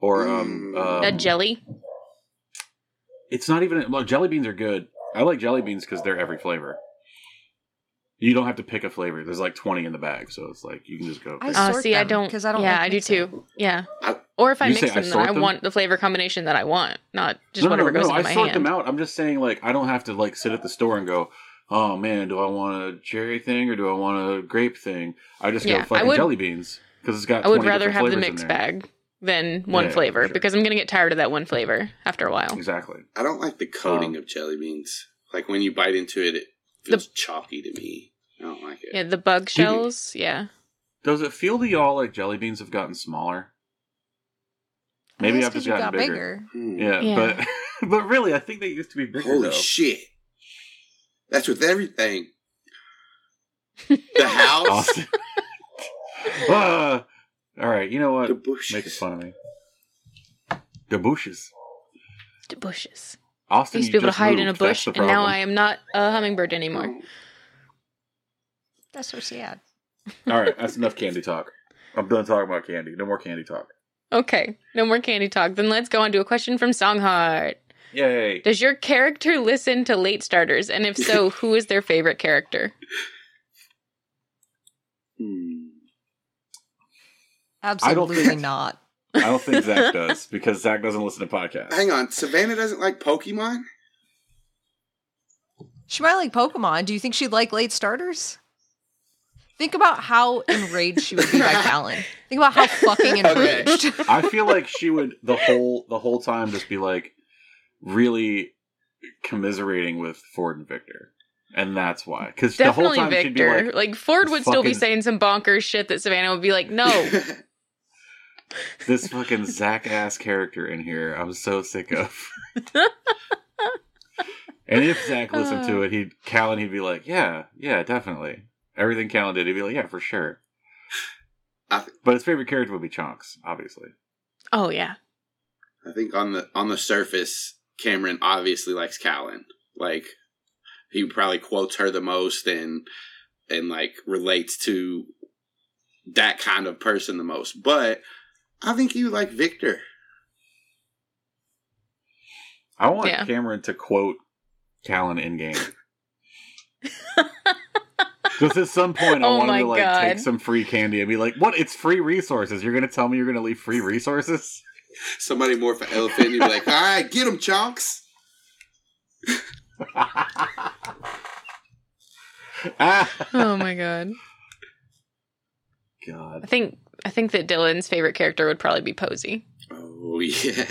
Or um,
Mm.
A
um
jelly.
it's not even well, jelly beans are good. I like jelly beans because they're every flavor. You don't have to pick a flavor. There's like twenty in the bag, so it's like you can just go.
I
pick-
s-
Oh,
sort
see, I
them,
don't.
'cause I don't
Yeah,
like
I do
mixing.
too. Yeah.
I-
or if I
You
mix
say I
them, then
sort
I
them?
want the flavor combination that I want, not just
No, no,
whatever
no,
goes
no,
in my
I sort
hand.
them out. I'm just saying, like, I don't have to like sit at the store and go, "Oh man, do I want a cherry thing or do I want a grape thing?" I just
Yeah, I
go fucking
would-
jelly beans because it's got.
I would
20
rather
different
have the
flavors in
mixed
there.
bag than one
Yeah, for
flavor
sure.
because I'm gonna get tired of that one flavor after a while.
Exactly.
I don't like the coating
Um,
of jelly beans. Like when you bite into it, it feels chalky to me. I don't like it.
Yeah, the bug shells. Yeah,
Does it feel to y'all like jelly beans have gotten smaller? Maybe
That's
I've
'cause
just
you
gotten
got
bigger.
Hmm.
Yeah,
Yeah.
but but really, I think they used to be bigger.
Holy
though.
shit. That's with everything. The house,
Austin. uh, all right, you know what?
the bush.
Making fun of me. Gabushes.
the bushes. I
Austin
used to
you
be able to
just
hide in a
moved. That's
bush,
the
and now I
problem.
am not a hummingbird anymore.
That's so sad.
all right, that's enough candy talk. I'm done talking about candy. No more candy talk.
Okay, no more candy talk. Then let's go on to a question from Songheart.
Yay!
Does your character listen to late starters? And if so, who is their favorite character?
Hmm.
I don't think-
Absolutely not.
I don't think Zach does because Zach doesn't listen to podcasts.
Hang on, Savannah doesn't like Pokemon?
She might like Pokemon. Do you think she'd like late starters? Think about how enraged she would be by Callan. Think about how fucking
Okay.
enraged.
I feel like she would the whole the whole time just be like really commiserating with Ford and Victor, and that's why because the whole
Definitely
time she'd be
Victor.
like,
Like, Ford would still be
fucking-
saying some bonkers shit that Savannah would be like, no.
"This fucking Zach ass character in here, I'm so sick of." and if Zach listened
Uh.
to it, he'd Callan he'd be like, "Yeah, yeah, definitely." Everything Callan did, he'd be like, "Yeah, for sure."
I-
But his favorite character would be Chonks, obviously.
oh, yeah.
I think on the on the surface, Cameron obviously likes Callan. Like he probably quotes her the most and and like relates to that kind of person the most. But I think you like Victor.
I want
Yeah.
Cameron to quote Callan in game. Just at some point, I
Oh
want him to
my
like take
God.
some free candy and be like, "What? It's free resources. You're gonna tell me you're gonna leave free resources?
Somebody more for elephant, you'd be like, all right, get him, chonks.
Ah,
Oh, my God. I
God,
think I think that Dylan's favorite character would probably be Posey.
Oh yeah.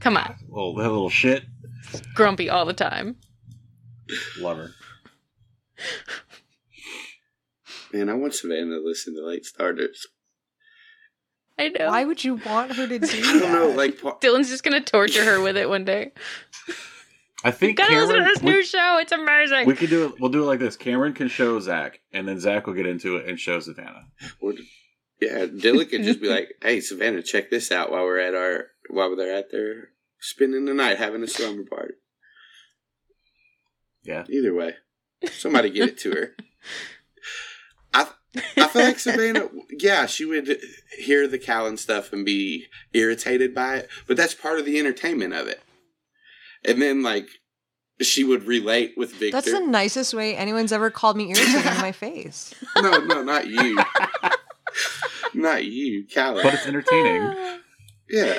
Come on.
little that little shit,
Grumpy all the time.
love her.
Man, I want Savannah to listen to late starters.
I know.
Why would you want her to do
I don't know,
that?
like pa-
Dylan's just gonna torture her with it one day.
I think
Gotta listen to
Cameron.
this new
We,
show. It's amazing.
we could do it. We'll do it like this. Cameron can show Zach, and then Zach will get into it and show Savannah.
Or- yeah, Dylan could just be like, "Hey, Savannah, check this out while we're at our while they're out there spending the night having a slumber party."
Yeah.
Either way, somebody get it to her. I I feel like Savannah, yeah, she would hear the Callan stuff and be irritated by it, but that's part of the entertainment of it. And then like she would relate with Victor.
That's the nicest way anyone's ever called me irritating in my face.
no, no, not you, not you, Callan.
But it's entertaining,
yeah.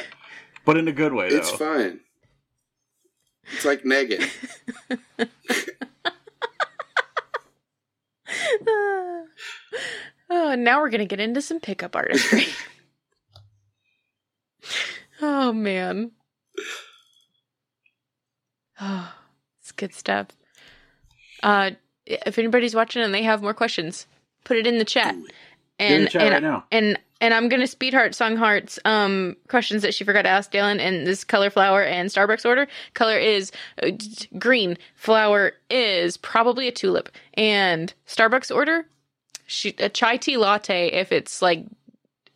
but in a good way. Though.
It's fun. It's like Negan.
oh, now we're gonna get into some pickup artistry. oh man. Oh, it's good stuff. Uh if anybody's watching and they have more questions, put it in the chat.
Do
Get in
And
the chat
and,
right now.
and and I'm gonna speed heart song hearts um questions that she forgot to ask Dylan in this color flower and Starbucks order. Color is uh, d- green. Flower is probably a tulip. And Starbucks order, she, a chai tea latte if it's like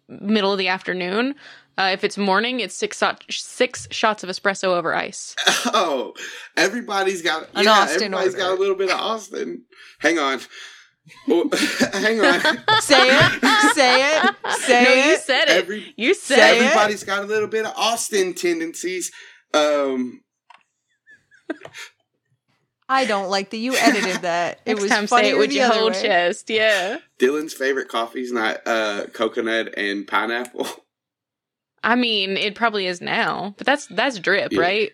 middle of the afternoon. Uh, if it's morning, it's six shot, six shots of espresso over ice.
Oh, everybody's got
An
yeah,
Austin
everybody's
order.
got a little bit of Austin. Hang on. Oh, hang on.
Say it. Say it. Say
no,
it.
you said it.
Every,
you said
Say it.
everybody's got a little bit of Austin tendencies. Um,
I don't like that you edited that. it
Next
was
time,
funny
say it with your whole chest. Yeah.
Dylan's favorite coffee's not uh, coconut and pineapple.
I mean, it probably is now, but that's that's drip,
Yeah.
right?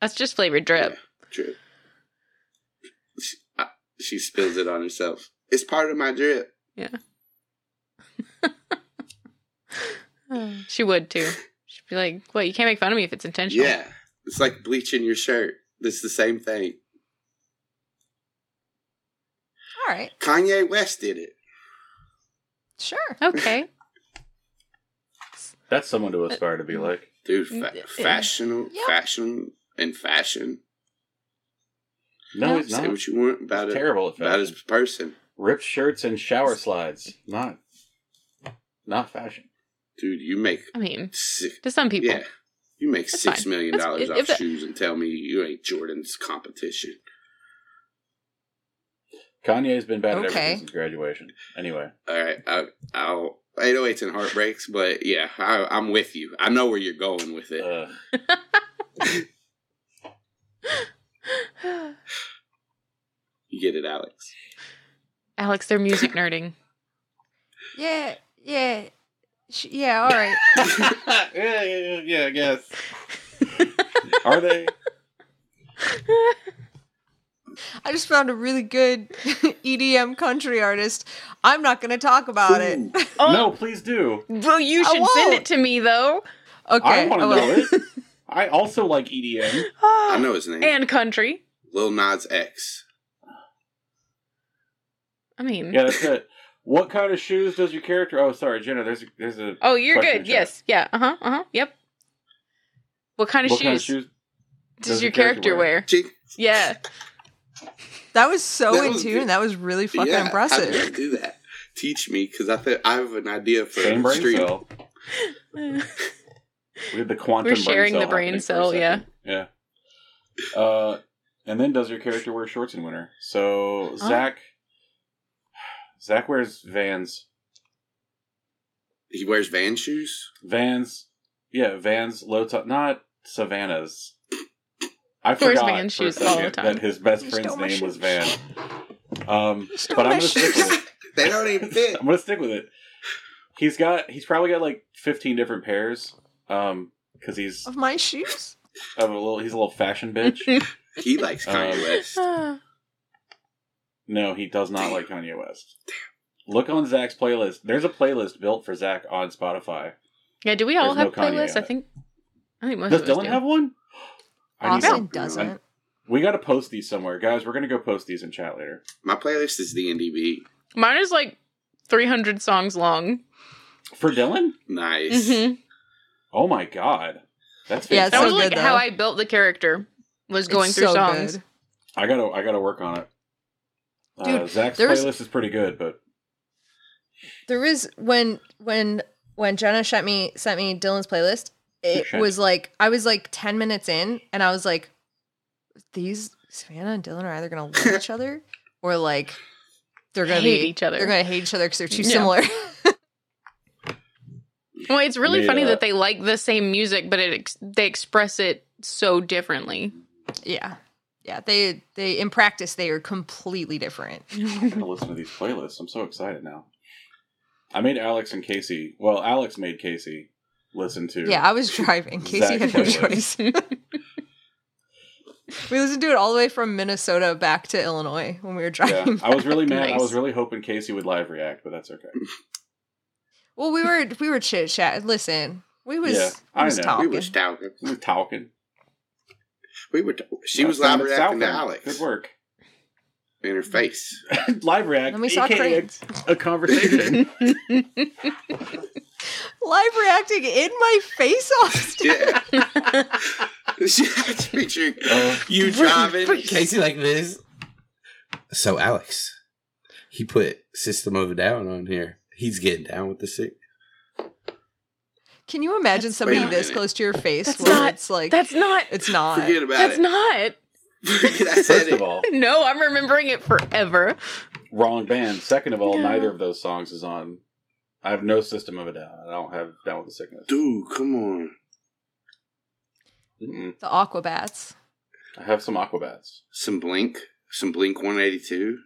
That's just flavored drip.
Drip. She, I, she spills it on herself. It's part of my drip.
Hmm.
Oh, She would too. She'd be like, "What? You can't make fun of me if it's intentional."
Yeah, it's like bleaching your shirt. It's the same thing.
All right.
Kanye West did it.
Sure.
Okay.
That's someone to aspire to be like.
Dude, fa-
Mm,
fashionable,
yeah.
fashion, and fashion.
No,
No.
he's
Say
not.
what you want about
He's
it.
terrible at
About
fashion.
his person,
Ripped shirts and shower slides. Not, not fashion.
dude. You make
I mean,
six,
to some people,
yeah, you make
That's
six
fine.
million
That's-
dollars
if-
off
if it-
shoes, and tell me you ain't Jordan's competition.
Kanye's been bad at
Okay.
everything since graduation. Anyway,
All right, I, I'll. 808s and heartbreaks, but yeah, I, I'm with you. I know where you're going with it.
uh,
You get it, Alex.
Alex, they're music nerding.
Yeah. Yeah. Sh- Yeah. All right.
yeah, yeah, yeah, yeah, I guess. Are they?
I just found a really good EDM country artist. I'm not going to talk about it.
Ooh,
Oh.
No, please do.
Well, you
Oh. I
should send
won't.
it to me though,
Okay. Oh,
I
oh,
want to
I will.
know it. I also like E EDM.
I know his name.
and country.
Lil Nas X.
I mean,
Yeah, that's it. What kind of shoes does your character? Oh, sorry, Jenna. There's a, there's a
oh, you're good.
Question check.
Yes, yeah, uh huh, uh huh, yep. What kind of,
what
shoes,
kind of shoes?
does, your character, wear?
She-
Yeah,
That was so
That
in
was
tune.
good.
That was really fucking
yeah, How
impressive.
did you do that? Teach me, because I think I have an idea for
Same
the
brain
street.
cell. We had the quantum.
We're sharing the
brain cell
brain
happening for
cell,
a second. Yeah. Uh, and then does your character wear shorts in winter? So Zach, Zach wears Vans.
He wears van shoes.
Vans, yeah, Vans, low top, not Savannah's. I
Wears
forgot
Van
for a
shoes all
second
the time.
that his best
You
friend's
stole my
name was
shoes.
Van. Um,
You stole
but I'm
my
gonna stick
shoes.
with it.
They don't even fit.
I'm gonna stick with it. He's got, he's probably got like 15 different pairs. Um, because he's
Of my shoes?
of a little, he's a little fashion bitch.
He likes Kanye
Um,
West.
Ah.
No, he does not like Kanye West. Look on Zach's playlist. There's a playlist built for Zach on Spotify.
yeah. Do we all
There's no
have
Kanye
playlists?
on
I
it.
think. I think most
Does
of us
Dylan
do.
have one? I need to-
Austin doesn't.
We got to post these somewhere, guys. We're gonna go post these in chat later.
My playlist is the NDB.
Mine is like 300 songs long.
For Dylan?
Nice.
hmm
Oh my god, that's
Yeah,
That was
fantastic.
Mm-hmm. so
like
good,
how
though.
I built the character was going
It's
through
so
songs.
good.
I gotta I gotta work on it. uh,
Dude,
Zach's
there's-
playlist is pretty good, but
There is when when when Jenna sent me sent me Dylan's playlist. It
Sure.
was like I was like ten minutes in, and I was like, "These Savannah and Dylan are either gonna love each other, or like they're gonna
Hate
be,
each other.
They're gonna hate each other because they're too
Yeah.
similar."
Well, it's really
Made
funny
up.
that they like the same music, but it ex- they express it so differently.
yeah, yeah. They they in practice they are completely different.
I'm gonna listen to these playlists. I'm so excited now. I made Alex and Casey. Well, Alex made Casey listen to.
Yeah, I was driving. Casey
Zach
had no
playlist.
choice. We listened to it all the way from Minnesota back to Illinois when we were
Yeah,
driving.
I was really mad. I
Nice.
was really hoping Casey would live react, but that's okay.
Well, we were we were chit chat. Listen, we was
Yeah,
we
I
was
know.
talking.
We were talking.
We're talking.
We were. T- she was
That's
live
not
reacting to
Southland.
Alex
Good work.
in her face.
live react.
and we saw
aka
cranes
a conversation.
live reacting in my face, Austin.
Yeah. she had to picture
Uh,
you driving.
Casey like this. So Alex, he put System of a Down on here. He's getting down with the sick.
Can you imagine
That's
somebody
not-
this close to your face
That's
where
not-
it's like
That's not.
it's not?
Forget about
That's
it.
not.
I said
first
it.
of all,
No, I'm remembering it forever.
wrong band. Second of all,
No.
neither of those songs is on. I have no system of a down. I don't have down with the sickness.
Dude, come on.
Mm-mm.
The Aquabats.
I have some Aquabats.
Some Blink. Some Blink 182.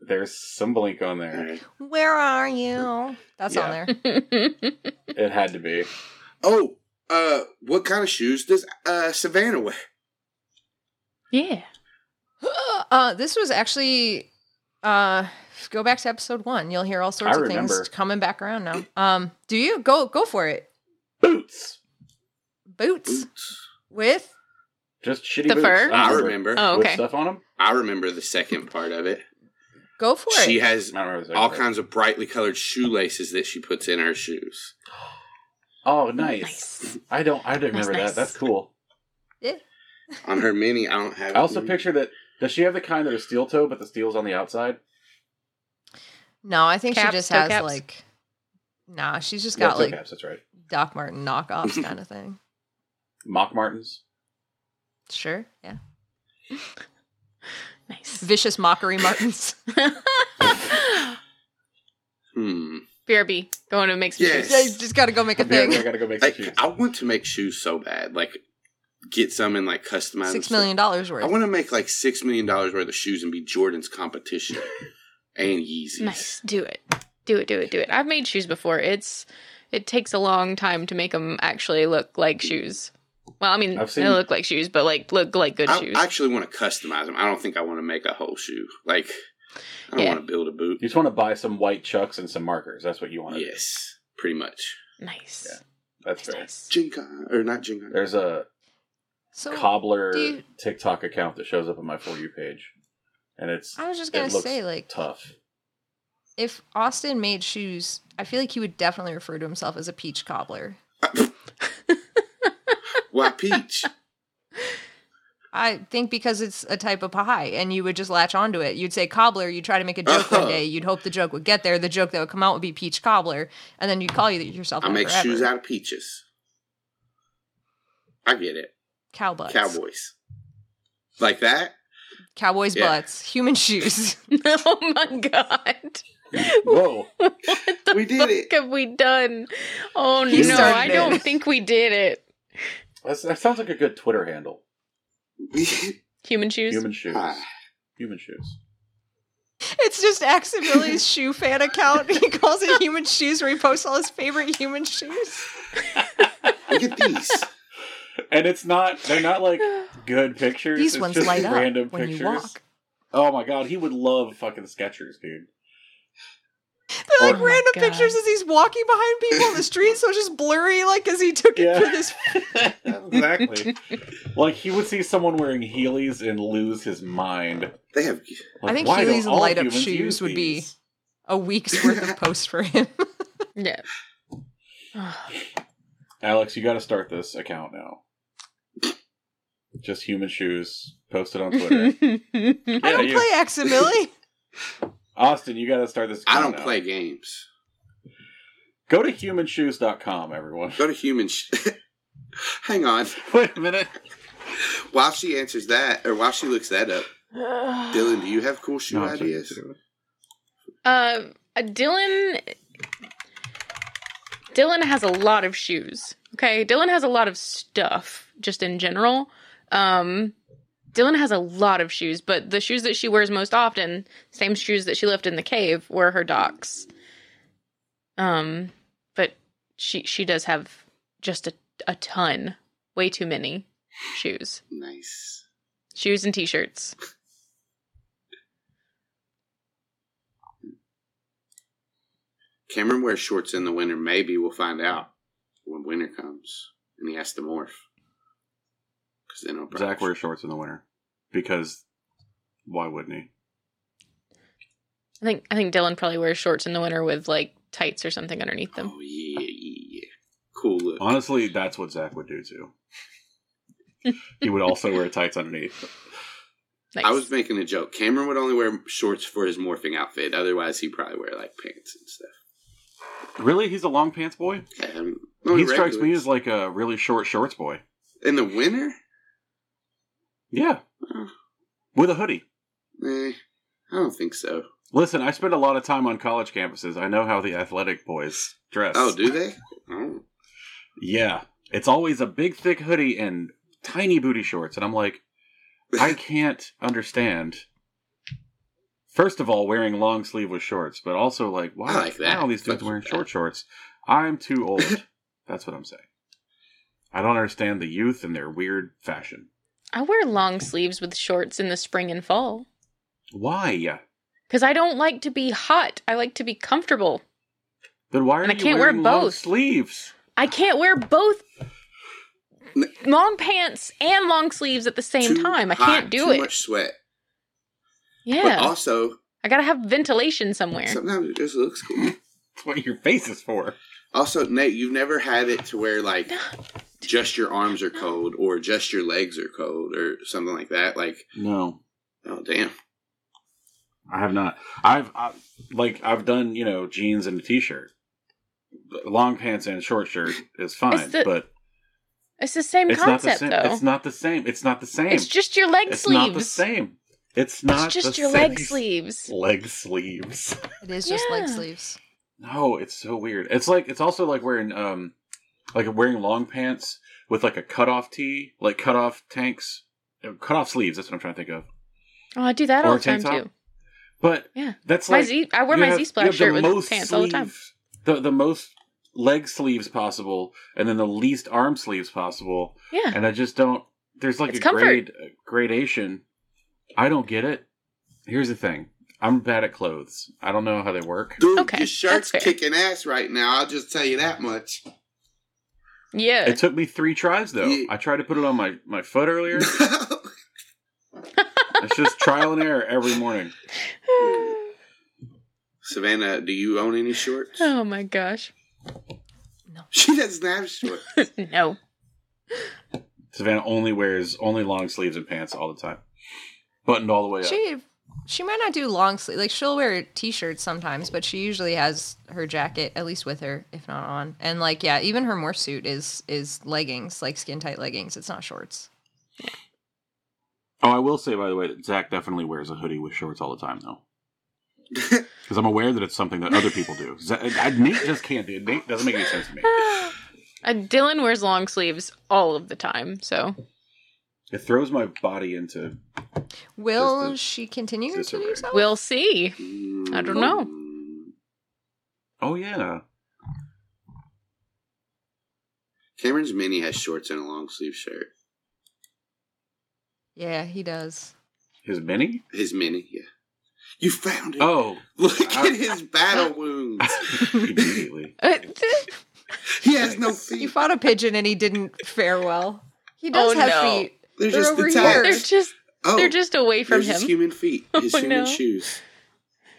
There's some blink on
All
there.
right.
Where are you? That's on
Yeah.
there.
It had to be.
Oh, uh, what kind of shoes does uh Savannah wear?
yeah.
Uh, this was actually uh, go back to episode one. You'll hear all sorts
I
of things
remember.
coming back around now. Um, do you go go for it?
Boots.
Boots
Boots.
with
Just shitty
The
boots.
fur?
I remember.
Oh,
With
okay.
stuff on them.
I remember the second part of it.
go for
She
it.
has
I don't remember. the
all
second
kinds of brightly colored shoelaces that she puts in her shoes.
part. Oh, nice.
Nice.
I don't. I didn't
Nice,
remember
nice.
that. That's cool.
On her mini, I don't have.
I also
it.
picture that. Does she have the kind that are steel toe, but the steel's on the outside?
No, I think
Caps,
she just
toe
has
caps?
like nah. She's just
Yeah,
got
toe
like
caps, that's right.
Doc Martin knockoffs kind of thing.
Mock Martens.
Sure, yeah.
Nice.
Vicious mockery Martins.
Hmm.
BRB. Going to make some
Yes.
yeah,
shoes.
you just got to go make a
Yeah, I
thing.
gotta go make some
Like,
shoes.
I want to make shoes so bad. Like, get some and like customize.
Six
them so-
million dollars worth.
I want to make like six million dollars worth of shoes and be Jordan's competition and Yeezys.
Nice. Do it. Do it. Do it. Do it. I've made shoes before. It's it takes a long time to make them actually look like shoes. Well, I mean,
I've seen-
they look like shoes, but like look like good
I
shoes.
I actually want to customize them. I don't think I want to make a whole shoe. Like, I don't
Yeah.
want to build a boot.
You just want to buy some white chucks and some markers. That's what you want. to do.
Yes, pretty much.
nice.
Yeah. That's
Nice,
fair.
nice.
Jinkon or not Jinkon?
There's a
so
cobbler
do you-
TikTok account that shows up on my for you page, and it's
I was just gonna
it looks
say like
tough.
if Austin made shoes, I feel like he would definitely refer to himself as a peach cobbler.
Why peach?
I think because it's a type of pie and you would just latch onto it. You'd say cobbler, you'd try to make a joke
Uh-huh.
one day, you'd hope the joke would get there, the joke that would come out would be peach cobbler, and then you'd call you yourself
I
that
make
forever.
shoes out of peaches. I get it.
cow butts.
Cowboys. Like that?
Cowboys
Yeah.
butts, human shoes.
oh my god!
Whoa!
We did
What
it.
have we done? Oh
He
no!
started
I don't
it.
think we did it.
That's, that sounds like a good Twitter handle.
Human shoes.
Human shoes.
Ah.
Human shoes.
it's just Aximili's shoe fan account. He calls it human shoes where he posts all his favorite human shoes.
Look at these.
And it's not. They're not like good pictures.
These
it's
ones
just
light up
random
when
pictures.
you walk.
Oh my god, he would love fucking Skechers, dude.
They're like
Oh my
random
God.
pictures as he's walking behind people in the street, so it's just blurry, like as he took
Yeah.
it with his
exactly. like he would see someone wearing Heelys and lose his mind.
They have.
Like,
I think
why do
Heelys and
all
light-up
humans
shoes
use
would be-
these?
a week's worth of posts for him.
Yeah.
Alex, you got to start this account now. Just human shoes posted on Twitter.
I
Yeah,
don't
you-
play Aximili.
Austin, you got to start this. Account
I don't
now.
play games.
Go to humanshoes.com, everyone.
Go to human. Sh- Hang on.
Wait a minute.
While she answers that, or while she looks that up, Dylan, do you have cool shoe
No, I'm sorry.
ideas?
Uh, Dylan. Dylan has a lot of shoes. Okay, Dylan has a lot of stuff just in general. Um, Dylan has a lot of shoes, but the shoes that she wears most often, same shoes that she left in the cave, were her docs. Um, but she she does have just a a ton, way too many shoes.
Nice.
Shoes and t-shirts.
Cameron wears shorts in the winter. Maybe we'll find out when winter comes and he has to morph. Because then I'll
Zach wears shorts in the winter because why wouldn't he?
I think I think Dylan probably wears shorts in the winter with like tights or something underneath them.
Oh yeah, yeah, yeah. Cool look.
Honestly, that's what Zach would do too. he would also wear tights underneath.
Nice.
I was making a joke. Cameron would only wear shorts for his morphing outfit. Otherwise, he'd probably wear like pants and stuff.
Really, he's a long pants boy.
Yeah, I mean,
he
only
strikes me
regulars.
as like a really short shorts boy.
in the winter.
Yeah,
Oh.
with a hoodie.
Eh, I don't think so.
Listen, I spend a lot of time on college campuses. I know how the athletic boys dress.
Oh, do they? Oh,
yeah. It's always a big, thick hoodie and tiny booty shorts. And I'm like, I can't understand. First of all, wearing long sleeve with shorts, but also like, why,
I like
why
that.
are all these dudes
Fuck
wearing
that.
short shorts? I'm too old. That's what I'm saying. I don't understand the youth and their weird fashion.
I wear long sleeves with shorts in the spring and fall
Why?
because I don't like to be hot. I like to be comfortable.
Then why are
And I
you
can't wear
wearing long
both.
sleeves?
I can't wear both long pants and long sleeves at the same
too
time. I
hot,
can't do
too
it.
Much sweat. But
Yeah,
also,
I gotta have ventilation somewhere.
sometimes it just looks cool.
That's what your face is for.
Also, Nate, you've never had it to where like just your arms are cold or just your legs are cold or something like that. Like,
No,
oh damn,
I have not. I've I, like I've done you know jeans and a t-shirt, But long pants and a short shirt is fine,
It's the
but
it's the same
it's not the
concept
same.
though.
It's not the same. It's not the same.
It's just your leg
It's
sleeves.
not the same. It's not
it's just
the
your
same.
leg sleeves.
Leg sleeves.
It is just leg
Yeah.
sleeves.
No, it's so weird. It's like it's also like wearing um like wearing long pants with like a cutoff tee, like cutoff tanks, uh, cutoff sleeves. That's what I'm trying to think of.
Oh, I do that all
Or
the time
tank top.
too.
But
Yeah.
that's
My
like
Z, I wear
You
my
have-
Z
you
Splash
have the
shirt with
most
pants all the time.
sleeve- The the most leg sleeves possible, and then the least arm sleeves possible,
Yeah.
and I just don't. There's like
It's
a
comfort.
grade a gradation. I don't get it. Here's the thing: I'm bad at clothes. I don't know how they work.
dude,
Okay,
your shirt's
that's fair.
kicking ass right now. I'll just tell you that much.
Yeah.
It took me three tries though.
Yeah.
I tried to put it on my my foot earlier. it's just trial and error every morning.
Savannah, do you own any shorts?
oh my gosh.
She doesn't have shorts.
No.
Savannah only wears only long sleeves and pants all the time, buttoned all the way up.
She she might not do long sleeve. Like she'll wear t-shirts sometimes, but she usually has her jacket at least with her, if not on. And like yeah, even her morph suit is is leggings, like skin tight leggings. It's not shorts.
Oh, I will say by the way that Zach definitely wears a hoodie with shorts all the time though. Because I'm aware that it's something that other people do. Z- I, Nate just can't do it. Nate doesn't make any sense to me.
Uh, Dylan wears long sleeves all of the time, so
It throws my body into.
Will
Just a-
she continue
just a
to do
rare.
so?
we'll see.
I
I don't know.
Mm.
Oh yeah,
Cameron's mini has shorts and a long sleeve shirt.
yeah, he does.
his mini.
His mini, yeah. You found it.
Oh,
Look
I-
at his battle wounds.
immediately.
Uh,
He has no
He
feet.
fought a pigeon and he didn't fare well. He does
Oh,
have
no.
feet.
They're,
They're
just
over
detached.
here.
they're just
oh,
they're just away from
there's his
him.
human feet. His
Oh,
human
no.
shoes.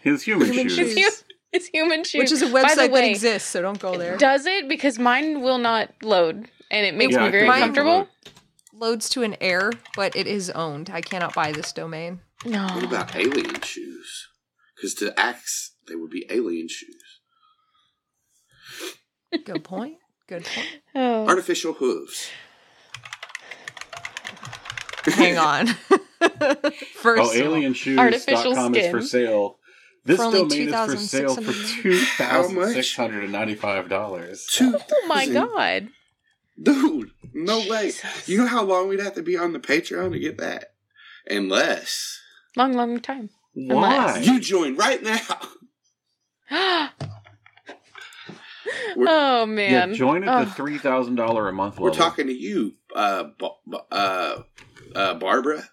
His human,
Human
shoes.
shoes. It's human shoes.
Which is a
By the
website that
way,
exists, so don't go there.
Does it because mine will not load, and it makes
Yeah, I
me very
couldn't
Mine-
comfortable.
oh,
Loads to an air, but it is owned. I cannot buy this domain.
No.
What about alien shoes? Because to axe, they would be alien shoes.
Good point. Good point.
Oh.
Artificial hooves.
Hang on. First,
Oh,
of all,
Artificial
alienshoes.com is for
skin.
sale. This
For only
domain is for sale for two thousand six hundred and ninety-five dollars.
Two.
Oh my
thousand.
god.
Dude, no way.
Jesus.
You know how long we'd have to be on the Patreon to get that? Unless
Long, long time.
Why?
you join right now.
oh
Yeah,
man.
join at the
Oh.
three thousand dollar a month level.
We're talking to you, uh, Ba- Ba- uh, uh, Barbara.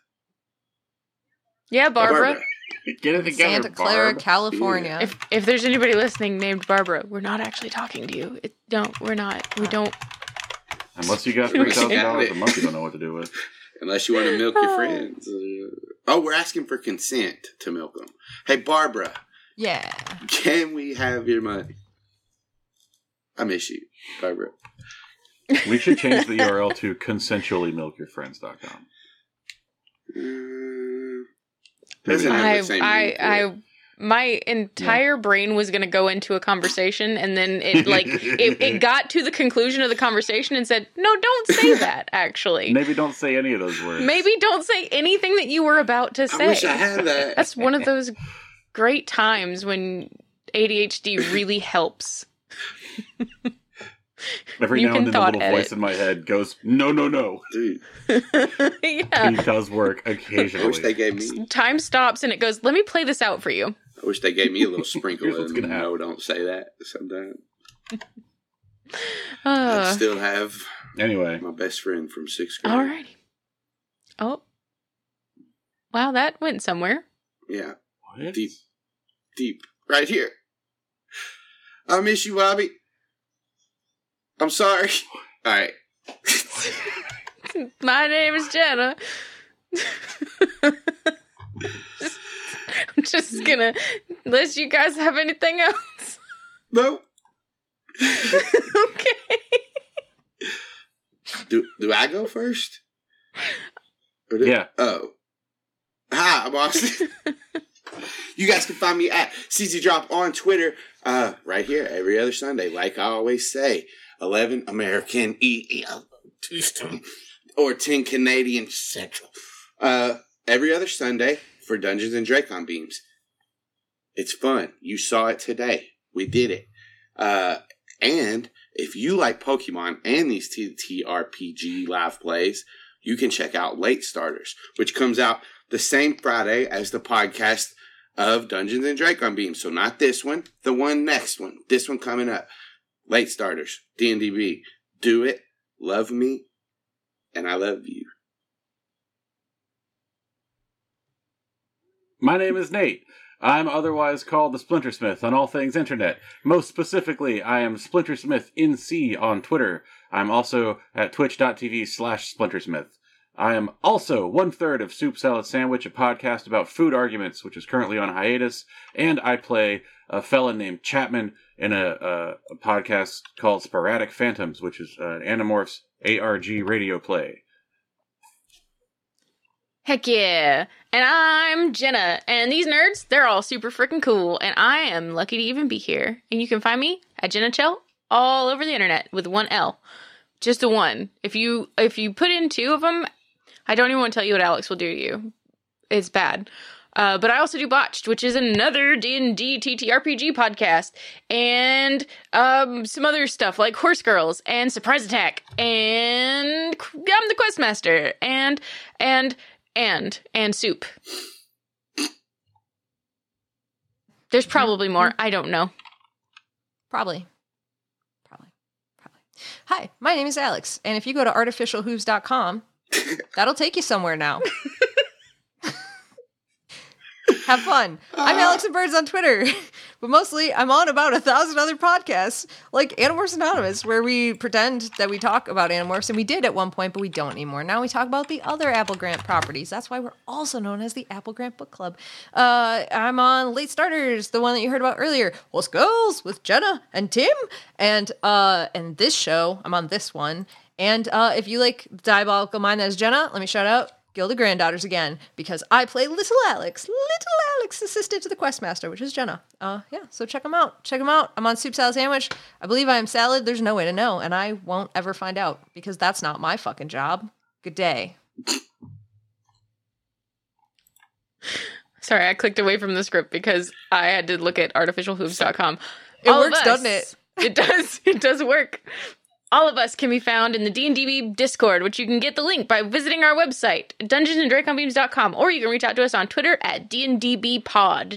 Yeah, Barbara.
Get it together,
Santa Clara,
Barb.
California.
If if there's anybody listening named Barbara, we're not actually talking to you. It, don't. We're not. We don't.
Unless you got
Okay.
three thousand dollars a month, you don't know what to do with.
Unless you want to milk your
Oh.
friends. Uh, Oh, we're asking for consent to milk them. Hey, Barbara,
yeah.
can we have your money? I miss you, Barbara.
We should change the URL to consensuallymilkyourfriends.com.
Uh,
Mm,
Maybe
Doesn't
not.
I
have the same
I
meaning to
I my entire brain was going to go into a conversation and then it like it, it got to the conclusion of the conversation and said no don't say that actually
Maybe don't say any of those words.
maybe don't say anything that you were about to
I
say
wish I had that.
that's one of those great times when adhd really helps
Every
you
now
can
and then, the
thought
little
edit.
voice in my head goes, "No, no, no."
Dude,
He
yeah
does work
I wish they
occasionally.
gave me.
time stops and it goes let me play this out for you
I wish they gave me a little sprinkle
Here's what's
of
gonna happen.
no. Don't say that. Sometimes I
uh,
still have
Anyway,
my best friend from sixth grade.
all righty oh wow that went somewhere
Yeah,
What?
Deep. deep right here. I miss you, Bobby. I'm sorry. All right.
My name is Jenna. I'm just gonna, unless you guys have anything else.
No.
okay.
Do do I go first? Or do-
Yeah.
Oh. Hi, I'm Austin. you guys can find me at CZ Drop on Twitter, uh, right here every other Sunday, like I always say, eleven American E E- uh, Eastern or ten Canadian Central. Uh, every other Sunday for Dungeons and Dracon Beams. It's fun. You saw it today. We did it. Uh, and if you like Pokemon and these TTRPG live plays, you can check out Late Starters, which comes out the same Friday as the podcast of Dungeons and Dracon Beam. So not this one, the one next one, this one coming up. Late Starters, D&DB. Do it, love me, and I love you.
My name is Nate. I'm otherwise called the Splinter Smith on all things internet. Most specifically, I am Splinter Smith NC on Twitter. I'm also at twitch.tv slash splintersmith. I am also one third of Soup Salad Sandwich, a podcast about food arguments, which is currently on hiatus, and I play a fella named Chapman in a, a, a podcast called Sporadic Phantoms, which is uh, Animorphs ARG radio play.
Heck yeah. And I'm Jenna. And these nerds, they're all super freaking cool. And I am lucky to even be here. And you can find me at Jenna Chell all over the internet with one L. Just a one. If you if you put in two of them, I don't even want to tell you what Alex will do to you. It's bad. Uh, but I also do Botched, which is another D&D TTRPG podcast, and um, some other stuff like Horse Girls and Surprise Attack, and I'm the Questmaster, and and and and soup. There's probably more. I don't know.
Probably. Probably. Probably. Hi, my name is Alex. And if you go to artificialhooves.com, that'll take you somewhere now. Have fun. I'm Alex and Birds on Twitter, but mostly I'm on about a thousand other podcasts like Animorphs Anonymous, where we pretend that we talk about Animorphs, and we did at one point, but we don't anymore. Now we talk about the other Apple Grant properties. That's why we're also known as the Apple Grant Book Club. Uh, I'm on Late Starters, the one that you heard about earlier, Horse Girls with Jenna and Tim, and uh, and this show. I'm on this one. And uh, if you like Diabolical Mind, that is Jenna. Let me shout out Gilda Granddaughters again because I play Little Alex, Little Alex, assistant to the Questmaster, which is Jenna. Uh, yeah, so check them out. Check them out. I'm on Soup Salad Sandwich. I believe I am salad. There's no way to know, and I won't ever find out because that's not my fucking job. Good day.
Sorry, I clicked away from the script because I had to look at artificialhooves.com.
It
All of
works,
us-
doesn't it?
It does. It does work. All of us can be found in the D&DB Discord, which you can get the link by visiting our website, dungeonsanddraconbeams.com, or you can reach out to us on Twitter at DNDBpod,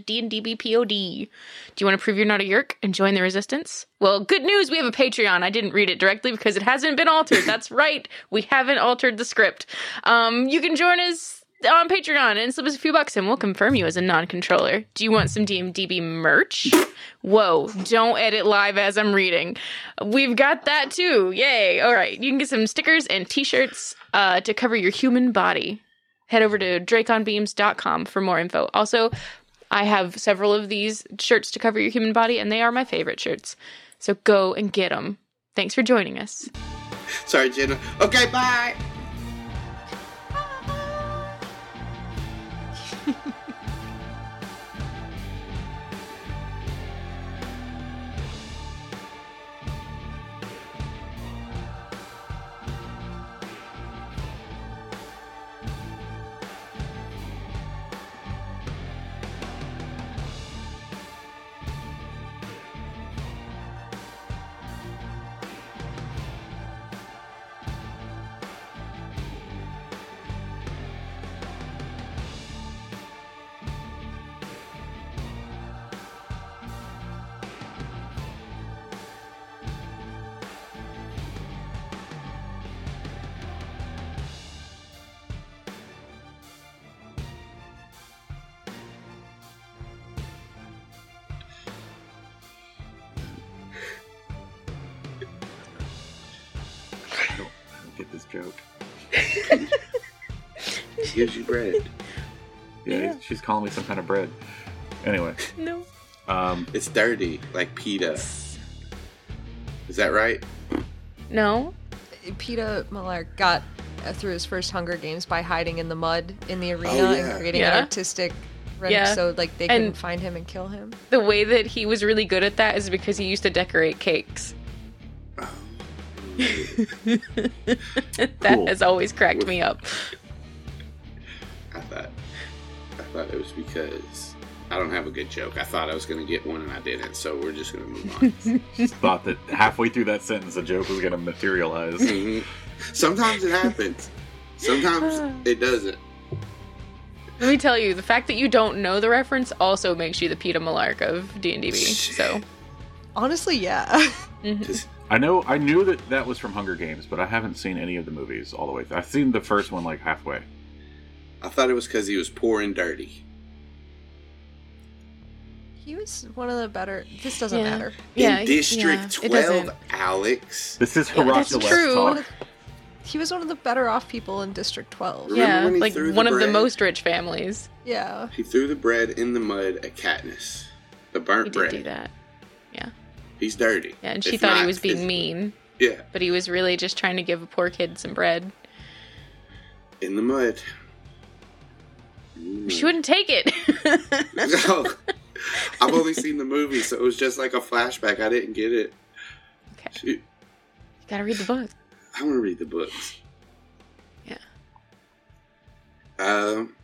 DNDBPOD. Do you want to prove you're not a yerk and join the resistance? Well, good news, we have a Patreon. I didn't read it directly because it hasn't been altered. That's right. We haven't altered the script. Um, you can join us on Patreon and slip us a few bucks and we'll confirm you as a non-controller. Do you want some DMDB merch? Whoa, don't edit live as I'm reading. We've got that too. Yay. All right. You can get some stickers and t-shirts uh, to cover your human body. Head over to draconbeams.com for more info. Also, I have several of these shirts to cover your human body and they are my favorite shirts. So go and get them. Thanks for joining us.
Sorry, Jenna. Okay, bye.
I don't, I don't get this joke.
She gives you bread.
Yeah,
Yeah.
she's calling me some kind of bread. Anyway,
No.
um,
It's dirty, like pita. Is that right?
No.
Peter Millar got uh, through his first Hunger Games by hiding in the mud in the arena
yeah.
and creating
Yeah.
an artistic rendering
Yeah.
so like they
And-
couldn't find him and kill him.
The way that he was really good at that is because he used to decorate cakes. That
Cool.
has always cracked me up.
I thought. I thought it was because I don't have a good joke. I thought I was gonna get one and I didn't, so we're just gonna move on.
just thought that halfway through that sentence, a joke was going to materialize.
Mhm. Sometimes it happens. Sometimes it doesn't.
Let me tell you, the fact that you don't know the reference also makes you the Peter Malark of D and D. So,
Honestly, yeah.
mhm.
I know, I knew that that was from Hunger Games, but I haven't seen any of the movies all the way. I've seen the first one like halfway.
I thought it was because he was poor and dirty.
he was one of the better. This doesn't
Yeah.
matter.
yeah,
in District
yeah, it
12,
doesn't-
Alex.
This is
Yeah, that's
Heracles
true.
talk.
He was one of the better off people in District 12.
Remember
Yeah,
when he
like
threw the
one of the
bread?
most rich families.
Yeah.
He threw the bread in the mud at Katniss. The burnt
He did
bread.
do that.
He's dirty.
Yeah, and she
If
thought he
not,
was being
it's-
mean,
Yeah,
but he was really just trying to give a poor kid some bread.
in the mud. Hmm.
She wouldn't take it.
no. I've only seen the movie, so it was just like a flashback. I didn't get it.
Okay.
Shoot.
Gotta read the book.
I want to read the books.
Yeah.
Um,